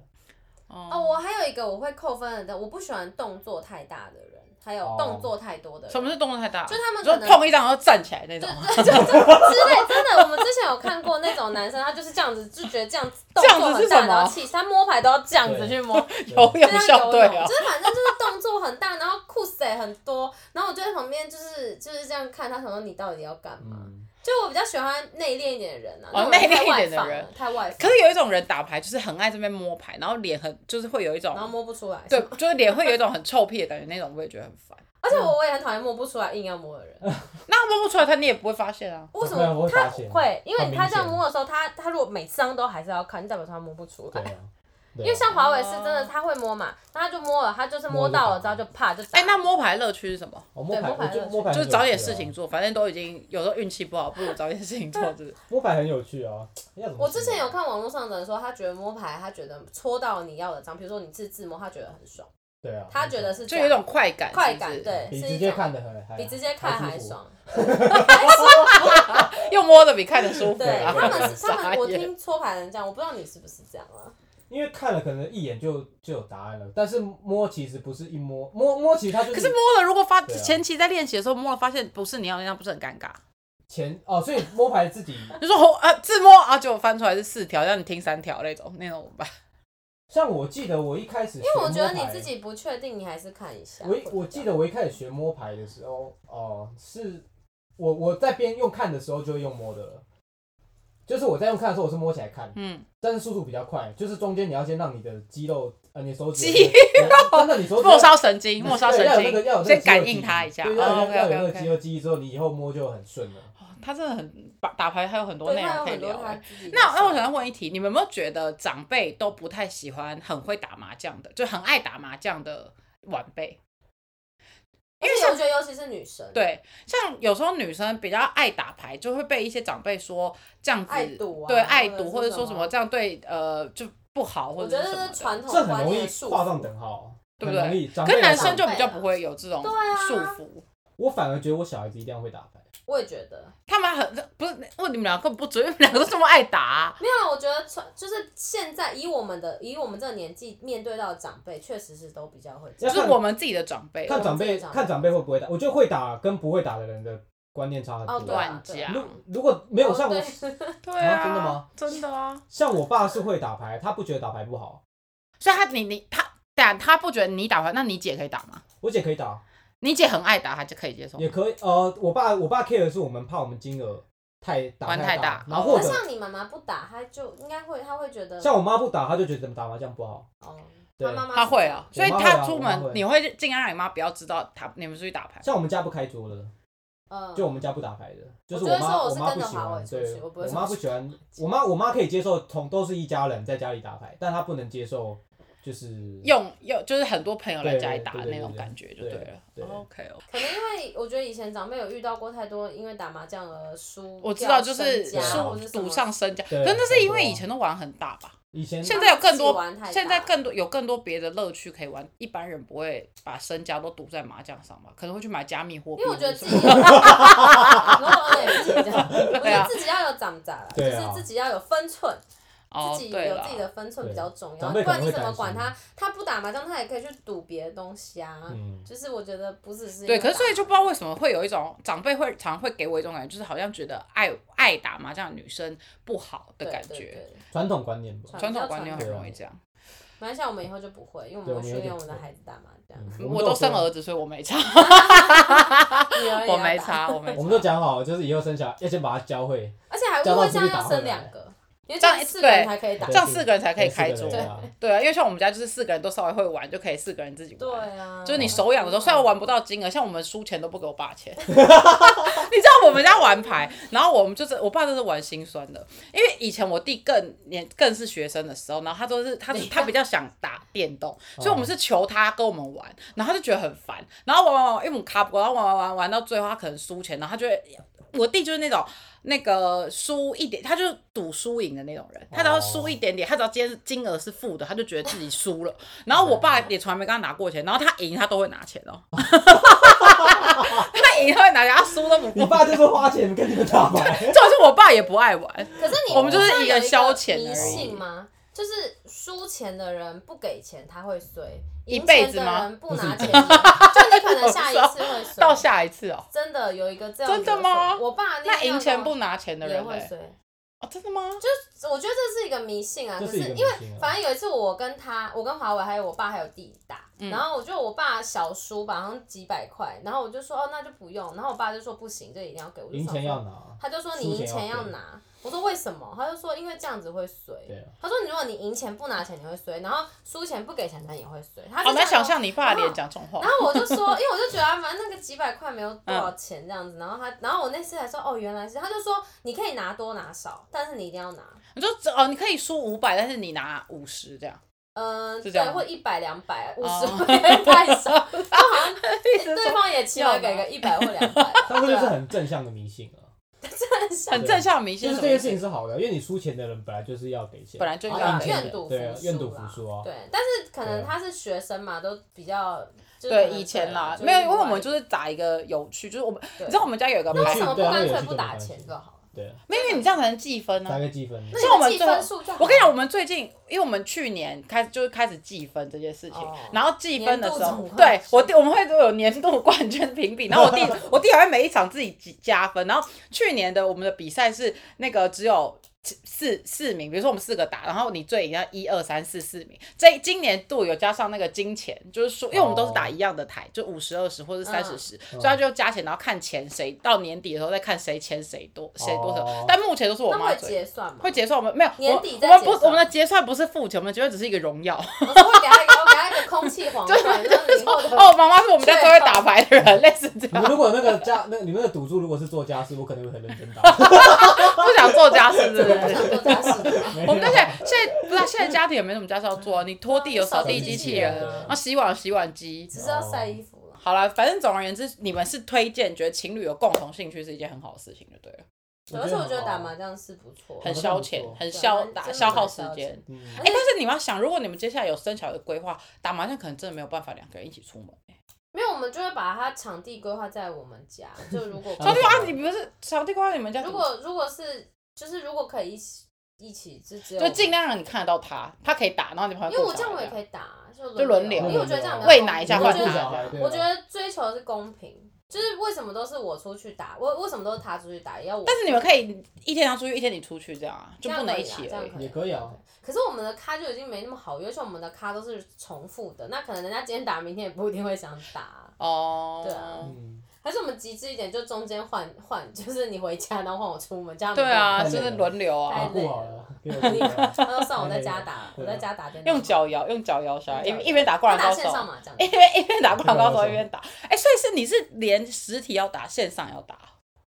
Speaker 3: 哦，我还有一个我会扣分的，我不喜欢动作太大的人，还有
Speaker 2: 哦
Speaker 3: 动作太多的人。
Speaker 1: 什么是动作太大？
Speaker 3: 就他们
Speaker 1: 你说
Speaker 3: 可能
Speaker 1: 碰一张然后站起来那
Speaker 3: 对
Speaker 1: 种，啊
Speaker 3: 对对对，之类真的，我们之前有看过那种男生，他就是这样子，就觉得这样子动
Speaker 1: 这样
Speaker 3: 作
Speaker 1: 子是
Speaker 3: 很
Speaker 1: 什
Speaker 3: 大，
Speaker 1: 么
Speaker 3: 然后气势，他摸牌都要这样子去摸，
Speaker 2: 对
Speaker 1: 游
Speaker 3: 就
Speaker 1: 泳
Speaker 3: 像
Speaker 1: 校
Speaker 3: 游
Speaker 1: 队
Speaker 3: 泳，
Speaker 1: 啊
Speaker 3: 就，是反正就是动作很大，然后酷塞很多，然后我就在旁边就是就是这样看他，想说你到底要干嘛？
Speaker 2: 嗯，
Speaker 3: 就我比较喜欢内敛一点的人啊，
Speaker 1: 哦
Speaker 3: 那种
Speaker 1: 内敛一
Speaker 3: 太外
Speaker 1: 点的
Speaker 3: 放
Speaker 1: 人
Speaker 3: 了，太外放，
Speaker 1: 可是有一种人打牌就是很爱这边摸牌，然后脸很就是会有一
Speaker 3: 然后
Speaker 1: 种
Speaker 3: 摸不出来。
Speaker 1: 对，就是脸会有一种很臭屁的感觉，那种我也觉得很烦。
Speaker 3: 而且
Speaker 1: 嗯
Speaker 3: 我我也很讨厌摸不出来硬要摸的人，
Speaker 1: 那摸不出来他你也不会发现啊。
Speaker 3: 为什
Speaker 2: 对啊我
Speaker 3: 么
Speaker 2: 会
Speaker 3: 他
Speaker 2: 发现
Speaker 3: 会？因
Speaker 2: 很
Speaker 3: 为
Speaker 2: 明
Speaker 3: 他这样
Speaker 2: 显
Speaker 3: 摸的时候，他他如果每次张都还是要看，就代表说他摸不出
Speaker 2: 对
Speaker 3: 来。
Speaker 2: 啊，对啊
Speaker 3: 因为像华为是真的，他会摸嘛，那他就摸了，他就是摸到了之后就怕就打。
Speaker 1: 哎、
Speaker 2: 啊
Speaker 1: 那摸牌乐趣是什么？
Speaker 2: 我哦摸
Speaker 3: 对
Speaker 2: 牌，
Speaker 3: 摸牌
Speaker 2: 我觉得
Speaker 3: 乐
Speaker 2: 摸牌
Speaker 1: 就
Speaker 2: 很
Speaker 1: 是找
Speaker 2: 有
Speaker 1: 点
Speaker 2: 趣
Speaker 1: 事
Speaker 2: 啊
Speaker 1: 情，做，反正都已经有时候运气不好，不如找点事情做， 就是
Speaker 2: 摸牌很有趣啊。要怎么
Speaker 3: 我之
Speaker 2: 形
Speaker 3: 前
Speaker 2: 容
Speaker 3: 有看网络上的人说，他觉得摸牌，他觉得戳到你要的张，比如说你是自摸，他觉得很爽，
Speaker 2: 对啊，
Speaker 3: 他觉得是
Speaker 1: 就
Speaker 3: 这
Speaker 1: 有一
Speaker 3: 样
Speaker 1: 种快感，是
Speaker 3: 快
Speaker 1: 不是
Speaker 3: 感，，对，
Speaker 2: 比
Speaker 3: 是
Speaker 2: 直
Speaker 3: 一
Speaker 2: 接
Speaker 3: 种
Speaker 2: 看的很啊还
Speaker 3: 比直接看还
Speaker 2: 舒服。
Speaker 3: 爽。 哎
Speaker 1: 又摸的比看的舒服
Speaker 3: 对
Speaker 1: 啊。
Speaker 3: 他们 是他们，我
Speaker 1: 傻眼
Speaker 3: 听搓牌的人这样，我不知道你是不是这样啊。
Speaker 2: 因为看了可能一眼就就有答案了，但是摸其实不是一摸摸摸，其实它就
Speaker 1: 可是摸了，如果发
Speaker 2: 对啊
Speaker 1: 前期在练习的时候摸了，发现不是你要的那张，不是很尴尬？
Speaker 2: 前哦，所以摸牌自己
Speaker 1: 你 说红啊自摸啊，结果翻出来是四条，让你听三条那种，那种怎么 办？
Speaker 2: 像我记得我一开始因
Speaker 3: 因为我觉得你自，己不确定，你还是看一下。
Speaker 2: 我一我记得我一开始学摸牌的时候，哦、是我我在边用看的时候就会用摸的了，就是我在用看的时候我是摸起来看，
Speaker 1: 嗯，
Speaker 2: 但是速度比较快，就是中间你要先让你的肌肉呃你的手指
Speaker 1: 肌
Speaker 2: 肉真的你手指
Speaker 1: 末梢 神经，末梢
Speaker 2: 对
Speaker 1: 神
Speaker 2: 要有那个要有那
Speaker 1: 经，
Speaker 2: 个肌
Speaker 1: 先
Speaker 2: 肉
Speaker 1: 感
Speaker 2: 记忆
Speaker 1: 应它一下。哦
Speaker 2: 对，要有那个要有那
Speaker 1: OK
Speaker 2: 个
Speaker 1: OK
Speaker 2: 肌
Speaker 1: OK。
Speaker 2: 肉记忆之后，你以后摸就很顺了。
Speaker 1: 他真的很打打牌，还有很多
Speaker 3: 对
Speaker 1: 内
Speaker 3: 他有
Speaker 1: 容可以
Speaker 3: 很多
Speaker 1: 聊
Speaker 3: 他
Speaker 1: 欸。
Speaker 3: 自己的
Speaker 1: 那那我
Speaker 3: 想
Speaker 1: 想问一题，你们有没有觉得长辈都不太喜欢很会打麻将的，就很爱打麻将的晚辈？
Speaker 3: 因为我觉得尤其是女生，，
Speaker 1: 对，像有时候女生比较爱打牌，就会被一些长辈说这样子
Speaker 3: 爱赌啊
Speaker 1: 对
Speaker 3: 或者
Speaker 1: 爱
Speaker 3: 是
Speaker 1: 赌，或者
Speaker 3: 什
Speaker 1: 说什
Speaker 3: 么
Speaker 1: 么这样对呃就不好，或
Speaker 3: 我
Speaker 1: 者
Speaker 3: 觉得
Speaker 1: 是什么的
Speaker 3: 这是传统
Speaker 2: 这很
Speaker 3: 观
Speaker 2: 容
Speaker 3: 念
Speaker 2: 易
Speaker 3: 的束
Speaker 2: 画上
Speaker 3: 缚。
Speaker 2: 等号，
Speaker 1: 对不
Speaker 2: 很容
Speaker 1: 对
Speaker 2: 易长辈
Speaker 1: 跟
Speaker 2: 来
Speaker 1: 男
Speaker 2: 讲
Speaker 1: 生就
Speaker 3: 长辈
Speaker 1: 比较
Speaker 3: 啊
Speaker 1: 不会有这种
Speaker 3: 对啊
Speaker 1: 束缚。
Speaker 2: 我反而觉得我小孩子一定要会打牌。
Speaker 3: 我也觉得
Speaker 1: 他们很不是问你们两个不准，你们两个都这么爱打啊、
Speaker 3: 没有啊，我觉得传就是现在以我们的以我们这个年纪面对到的长辈，确实是都比较会这
Speaker 2: 要
Speaker 1: 就是
Speaker 2: 看
Speaker 1: 我们自己的长辈
Speaker 2: 看长
Speaker 3: 我
Speaker 2: 辈
Speaker 3: 们自己长辈
Speaker 2: 看长辈会不会打，我觉得会打跟不会打的人的观念差很多。
Speaker 3: 哦对啊
Speaker 1: 乱讲，
Speaker 2: 如如果没有
Speaker 3: 样。
Speaker 2: 像我
Speaker 3: 哦对
Speaker 1: 对
Speaker 2: 啊
Speaker 1: 啊，
Speaker 2: 真的吗？
Speaker 1: 真的啊，
Speaker 2: 像我爸是会打牌，他不觉得打牌不好。
Speaker 1: 所以他你你他但他不觉得你打牌，那你姐可以打吗？
Speaker 2: 我姐可以打，
Speaker 1: 你姐很爱打，她就可以接受吗。
Speaker 2: 也可以。呃，我爸我爸 care 的是我们怕我们金额太打
Speaker 1: 玩
Speaker 2: 太
Speaker 1: 太大
Speaker 2: 然后或
Speaker 3: 那
Speaker 2: 者
Speaker 3: 像你妈妈不打，她就应该会，她会觉得
Speaker 2: 像我妈不打，她就觉得怎么打麻将不好。
Speaker 3: 哦，
Speaker 2: 对
Speaker 3: 她妈妈
Speaker 1: 她会啊，
Speaker 2: 我
Speaker 1: 所
Speaker 2: 妈
Speaker 1: 以
Speaker 2: 会啊
Speaker 1: 她出
Speaker 2: 我妈
Speaker 1: 门
Speaker 2: 会
Speaker 1: 你会尽量让你妈不要知道她你们出去打牌。
Speaker 2: 像我们家不开桌的，
Speaker 1: 哦
Speaker 3: 嗯，
Speaker 2: 就我们家不打牌的，就是
Speaker 3: 我
Speaker 2: 我
Speaker 3: 就会
Speaker 2: 妈
Speaker 3: 说我是
Speaker 2: 妈
Speaker 3: 跟
Speaker 2: 不
Speaker 3: 着
Speaker 2: 喜
Speaker 3: 华为
Speaker 2: 欢，
Speaker 3: 出
Speaker 2: 对
Speaker 3: 去我不会
Speaker 2: 妈
Speaker 3: 说
Speaker 2: 不喜欢，我妈我妈可以接受同都是一家人在家里打牌，但她不能接受就是
Speaker 1: 用用就是很多朋友来
Speaker 2: 对
Speaker 1: 家里打
Speaker 2: 对
Speaker 1: 的
Speaker 2: 对
Speaker 1: 那种
Speaker 2: 对
Speaker 1: 感觉就
Speaker 2: 对
Speaker 1: 了。
Speaker 2: 对
Speaker 1: OK，
Speaker 3: 可能因为我觉得以前长辈有遇到过太多因为打麻将而输，
Speaker 1: 我知道就是
Speaker 2: 家
Speaker 1: 输
Speaker 3: 输
Speaker 1: 赌上身家，
Speaker 2: 对
Speaker 1: 可是那是因为
Speaker 2: 很多
Speaker 1: 以前都玩很大吧，
Speaker 2: 以前
Speaker 1: 现在有更
Speaker 3: 自己
Speaker 1: 多
Speaker 3: 玩太大，
Speaker 1: 现在更多有更多别的乐趣可以玩，一般人不会把身家都赌在麻将上吧？可能会去买加密货币
Speaker 3: 因
Speaker 1: 或
Speaker 3: 为我觉
Speaker 1: 者
Speaker 3: 得
Speaker 1: 什
Speaker 3: 自
Speaker 1: 么，
Speaker 3: 己， 我也是这样，我
Speaker 1: 对
Speaker 3: 觉
Speaker 1: 啊
Speaker 3: 得自己要有长杂了，就
Speaker 2: 对
Speaker 3: 是
Speaker 2: 啊
Speaker 3: 自己要有分寸，
Speaker 1: 哦
Speaker 3: 自己
Speaker 1: 对
Speaker 3: 有
Speaker 1: 了
Speaker 3: 自，己的分寸比较重要，
Speaker 2: 长
Speaker 3: 不
Speaker 2: 辈可
Speaker 3: 然
Speaker 2: 能
Speaker 3: 你
Speaker 2: 会
Speaker 3: 怎么
Speaker 2: 担
Speaker 3: 管
Speaker 2: 心
Speaker 3: 他？他不打麻将，他也可以去赌别的东西啊。
Speaker 2: 嗯，
Speaker 3: 就是我觉得不只是因
Speaker 1: 对，
Speaker 3: 为
Speaker 1: 可是
Speaker 3: 打
Speaker 1: 所以就不知道为什么会有一种长辈会常会给我一种感觉，就是好像觉得爱爱打麻将的女生不好的
Speaker 3: 对
Speaker 1: 感
Speaker 3: 对
Speaker 1: 觉。
Speaker 3: 对
Speaker 2: 传统观念吧，
Speaker 1: 传
Speaker 3: 传
Speaker 1: 统
Speaker 3: 比较
Speaker 1: 观念
Speaker 3: 传
Speaker 1: 很
Speaker 2: 统
Speaker 1: 容易这样，
Speaker 3: 马来啊西亚我们以后就不会，因为我
Speaker 2: 对
Speaker 3: 们
Speaker 2: 我
Speaker 3: 会
Speaker 2: 们
Speaker 3: 训
Speaker 2: 有
Speaker 3: 练
Speaker 2: 点
Speaker 3: 我们的
Speaker 2: 不会
Speaker 3: 孩子打麻将。
Speaker 2: 嗯
Speaker 1: 我都生，儿
Speaker 2: 有
Speaker 1: 子，所以我没差，
Speaker 3: 女 儿也
Speaker 1: 我
Speaker 3: 啊要
Speaker 1: 啊没
Speaker 3: 打，
Speaker 1: 差，我没
Speaker 2: 说我们都
Speaker 1: 差。
Speaker 2: 讲好，就是以后生小孩要先把他教会，
Speaker 3: 而且还
Speaker 2: 教
Speaker 3: 不
Speaker 2: 到
Speaker 3: 会
Speaker 2: 出
Speaker 3: 这
Speaker 2: 去
Speaker 3: 样
Speaker 2: 打
Speaker 3: 要
Speaker 2: 回
Speaker 3: 生
Speaker 2: 来
Speaker 3: 两个，因为这
Speaker 1: 这
Speaker 3: 样
Speaker 1: 样
Speaker 3: 四个人
Speaker 1: 对
Speaker 3: 才可以打
Speaker 1: 这。样四个人才可以
Speaker 2: 对四个
Speaker 1: 开
Speaker 2: 人
Speaker 1: 桌。
Speaker 2: 啊
Speaker 1: 对啊，因为像我们家就是四个人都稍微会玩，就可以四个人自己玩。
Speaker 3: 对啊，
Speaker 1: 就是你手痒的时候，虽然
Speaker 3: 哦
Speaker 1: 玩不到金额，像我们输钱都不给我爸钱。 你知道我们家玩牌，然后我们就是我爸就是玩心酸的，因为以前我弟更年更是学生的时候，然后他都是他
Speaker 3: 你
Speaker 1: 他比较想打电动，所以我们是求他跟我们玩，然后他就觉得很烦，然后玩玩玩，因为我们卡不过，然后玩玩玩玩到最后他可能输钱，然后他就会。我弟就是那种那个输一点，他就是赌输赢的那种人。他只要输一点点，他只要今天金额是负的，他就觉得自己输了。然后
Speaker 2: 啊
Speaker 1: 我爸也从来没跟他拿过钱，然后他赢他都会拿钱哦、 他赢他会拿钱，他输都不
Speaker 2: 你
Speaker 1: 过。
Speaker 2: 爸就是花钱跟你们打牌，
Speaker 1: 这是我爸也不爱玩，
Speaker 3: 可是你
Speaker 1: 我们就是
Speaker 3: 知道
Speaker 1: 一个
Speaker 3: 有
Speaker 1: 消遣而已
Speaker 3: 迷信吗？就是输钱的人不给钱，他会衰；
Speaker 1: 一
Speaker 3: 赢
Speaker 1: 辈
Speaker 3: 钱
Speaker 1: 子
Speaker 3: 的
Speaker 1: 吗
Speaker 3: 人不拿钱，就你 可能下一次会
Speaker 2: 啊
Speaker 1: 到
Speaker 3: 衰。
Speaker 1: 下一次哦、
Speaker 3: 真的有一个这样
Speaker 1: 真的吗
Speaker 3: 衰我爸
Speaker 1: 那赢
Speaker 3: 天这样
Speaker 1: 钱
Speaker 3: 跟我
Speaker 1: 不拿钱的
Speaker 3: 也
Speaker 1: 人
Speaker 3: 会
Speaker 1: 嘞、
Speaker 3: 衰。
Speaker 1: 哦，真的吗？
Speaker 3: 就是我觉得这是一个迷信啊，
Speaker 2: 这
Speaker 3: 可
Speaker 2: 是一
Speaker 3: 是
Speaker 2: 个迷
Speaker 3: 因为
Speaker 2: 信啊
Speaker 3: 反正有一次我跟他，我跟华为还有我爸还有弟打，
Speaker 1: 嗯
Speaker 3: 然后我就我爸小输吧，好像几百块，然后我就说哦那就不用，然后我爸就说不行，这一定要给我，我就
Speaker 2: 赢
Speaker 3: 想
Speaker 2: 钱
Speaker 3: 说
Speaker 2: 要拿，
Speaker 3: 他就说你
Speaker 2: 输
Speaker 3: 赢
Speaker 2: 钱
Speaker 3: 钱
Speaker 2: 要
Speaker 3: 要
Speaker 2: 给
Speaker 3: 拿，我说为什么？他就说因为这样子会衰
Speaker 2: 对啊。
Speaker 3: 他说你如果你赢钱不拿钱你会衰，然后输钱不给钱他也会衰。他
Speaker 1: 好
Speaker 3: 是
Speaker 1: 难
Speaker 3: 这啊样哦
Speaker 1: 想
Speaker 3: 说
Speaker 1: 象你爸的脸讲这种话
Speaker 3: 然。后我就说，因为我就觉得啊反正那个几百块没有多少钱这样子，然后他，然后我那次还说哦原来是，他就说你可以拿多拿少，但是你一定要拿，
Speaker 1: 你说哦，你可以输五百，但是你拿五十这样，
Speaker 3: 嗯，
Speaker 1: 是这样吗
Speaker 3: 对，或一百两百五十
Speaker 1: 哦
Speaker 3: 会有点太少，就好像
Speaker 1: 一直
Speaker 3: 对
Speaker 1: 说
Speaker 3: 方也起码给个一百或两百，
Speaker 2: 但这
Speaker 3: 对
Speaker 2: 就
Speaker 3: 啊
Speaker 2: 是很正向的迷信啊。
Speaker 3: 很像
Speaker 1: 很正向的迷信
Speaker 2: 就是是
Speaker 1: 什
Speaker 2: 这
Speaker 1: 么
Speaker 2: 件
Speaker 1: 意思
Speaker 2: 事情是好的，因为你出钱的人本来就是要给钱，
Speaker 1: 本来就应该
Speaker 2: 啊
Speaker 1: 要给钱
Speaker 3: 愿赌服
Speaker 2: 对啊
Speaker 3: 输
Speaker 2: 愿赌
Speaker 3: 啦
Speaker 2: 服输啊
Speaker 3: 对，但是可
Speaker 2: 对
Speaker 3: 能
Speaker 2: 啊
Speaker 3: 他是学生嘛，都比较就是可
Speaker 1: 对
Speaker 3: 能
Speaker 1: 以前啦，
Speaker 2: 啊
Speaker 3: 就是
Speaker 1: 没有，因为
Speaker 3: 另
Speaker 1: 我
Speaker 3: 外
Speaker 1: 们就是打一个有趣，就是我们，你
Speaker 3: 对
Speaker 1: 知道我们家有一个
Speaker 2: 有
Speaker 1: 牌
Speaker 3: 为
Speaker 2: 趣
Speaker 3: 什，么不
Speaker 2: 对啊
Speaker 3: 干
Speaker 2: 有
Speaker 3: 脆
Speaker 2: 趣
Speaker 3: 不
Speaker 2: 就没
Speaker 3: 打
Speaker 2: 关
Speaker 3: 钱
Speaker 2: 系
Speaker 3: 就好了？
Speaker 2: 对，啊
Speaker 1: 没有，因为你这样才能计分啊呢、
Speaker 2: 三个积分，
Speaker 3: 那
Speaker 1: 像我们
Speaker 3: 计
Speaker 1: 最后
Speaker 3: 分数就好
Speaker 1: 我跟你讲，我们最近，因为我们去年开始就是开始计分这件事情，
Speaker 3: 哦
Speaker 1: 然后计分的时
Speaker 3: 年度
Speaker 1: 候
Speaker 3: 总，冠
Speaker 1: 对
Speaker 3: 军
Speaker 1: 我弟我们会都有年度冠军评比，然后我弟 我弟还会每一场自己记加分，然后去年的我们的比赛是那个只有。四四名，比如说我们四个打，然后你最赢要一二三四四名。这今年度有加上那个金钱，就是说，因为我
Speaker 3: 哦
Speaker 1: 们都是打一样的台，就五十二十
Speaker 3: 嗯
Speaker 1: 或者三十十，所以他就加钱，然后看钱谁到年底的时候再看谁钱谁多谁多少。
Speaker 2: 哦
Speaker 1: 但目前都是我
Speaker 3: 那
Speaker 1: 妈
Speaker 3: 会
Speaker 1: 最
Speaker 3: 结算吗？
Speaker 1: 会结算，我们没有
Speaker 3: 年底
Speaker 1: 我我
Speaker 3: 再
Speaker 1: 们不
Speaker 3: 结算
Speaker 1: 我们的结算不是付钱，我们结算只是一个荣耀。
Speaker 3: 我说会给他一个，我给他一个空气 皇冠，然后你获得
Speaker 1: 哦，妈妈是我们家最会打牌的 人，类似这
Speaker 2: 你
Speaker 1: 样，
Speaker 2: 们如果那个家，那你们的赌注如果是做家事，我可能会很认真 打。
Speaker 1: 不想做家事，对
Speaker 3: 我
Speaker 1: 不
Speaker 3: 想
Speaker 1: 对？
Speaker 3: 做家事的。
Speaker 1: 我们那些现在不知道现在家庭也没什么家事要做，啊你拖地有扫地机器人，哦
Speaker 2: 扫地机器人
Speaker 1: 然后洗碗有洗碗机。
Speaker 3: 只是要晒衣服了。
Speaker 1: 好了，反正总而言之，你们是推荐觉得情侣有共同兴趣是一件很好的事情，就对了，
Speaker 3: 对
Speaker 2: 啊
Speaker 3: 而且我觉得打麻
Speaker 2: 蛮，
Speaker 3: 将是不错，
Speaker 1: 很
Speaker 2: 像
Speaker 1: 消
Speaker 2: 不
Speaker 1: 遣
Speaker 2: 错，
Speaker 1: 很消
Speaker 3: 对啊
Speaker 1: 打
Speaker 3: 真的
Speaker 1: 消耗
Speaker 3: 很
Speaker 1: 时
Speaker 3: 消
Speaker 1: 间。
Speaker 2: 嗯，
Speaker 1: 哎、但是你们要想，如果你们接下来有生小孩的规划，打麻将可能真的没有办法两个人一起出门、欸。
Speaker 3: 没有我们就会把它场地规划在我们 家，就如果
Speaker 1: 小
Speaker 2: 场地
Speaker 1: 地瓜，你不是小地瓜，你们家怎
Speaker 3: 如
Speaker 1: 么
Speaker 3: 果如果是就是如果可以一起一起就只有
Speaker 1: 就尽量让你看得到他，他可以打，然后你旁边
Speaker 3: 哦因为我
Speaker 1: 顾
Speaker 3: 这
Speaker 1: 小
Speaker 3: 样我
Speaker 1: 孩
Speaker 3: 也可以打，就
Speaker 1: 就轮流
Speaker 3: 因为我觉得这样比较
Speaker 1: 喂奶一下
Speaker 3: 公
Speaker 1: 换
Speaker 3: 平
Speaker 1: 他
Speaker 3: 我觉
Speaker 1: 小
Speaker 3: 得
Speaker 1: 孩
Speaker 2: 对
Speaker 3: 我觉得追求是公平，就是为什么都是我出去打，我为什么都是他出去打，也要我。
Speaker 1: 但是你们可以一天他出去，一天你出去，这样啊，就不能一起
Speaker 3: 这
Speaker 1: 而已。
Speaker 3: 样可以啦这样
Speaker 2: 也可以啊。
Speaker 3: 可是我们的咖就已经没那么好约，而且我们的咖都是重复的，那可能人家今天打，明天也不一定会想打。
Speaker 1: 哦，
Speaker 3: 对啊
Speaker 2: 嗯，
Speaker 3: 还是我们极致一点，就中间换换，就是你回家，然后换我出门，这样
Speaker 1: 对
Speaker 2: 太
Speaker 1: 啊，
Speaker 2: 累
Speaker 1: 就
Speaker 2: 了
Speaker 1: 是轮流
Speaker 2: 打
Speaker 1: 啊
Speaker 3: 太，
Speaker 2: 不好了，给我这个
Speaker 3: 他说算我在家打，我在家打电脑，
Speaker 1: 用脚摇，用脚摇小孩，一
Speaker 2: 用脚摇
Speaker 1: 一边打灌
Speaker 3: 他
Speaker 1: 篮
Speaker 3: 打
Speaker 1: 高
Speaker 3: 线上
Speaker 1: 手，
Speaker 3: 麻将，
Speaker 1: 一边一边打灌篮
Speaker 2: 对
Speaker 1: 高
Speaker 2: 啊
Speaker 1: 手
Speaker 2: 对
Speaker 1: 一边打。哎，所以是你是连实体要打，线上要打，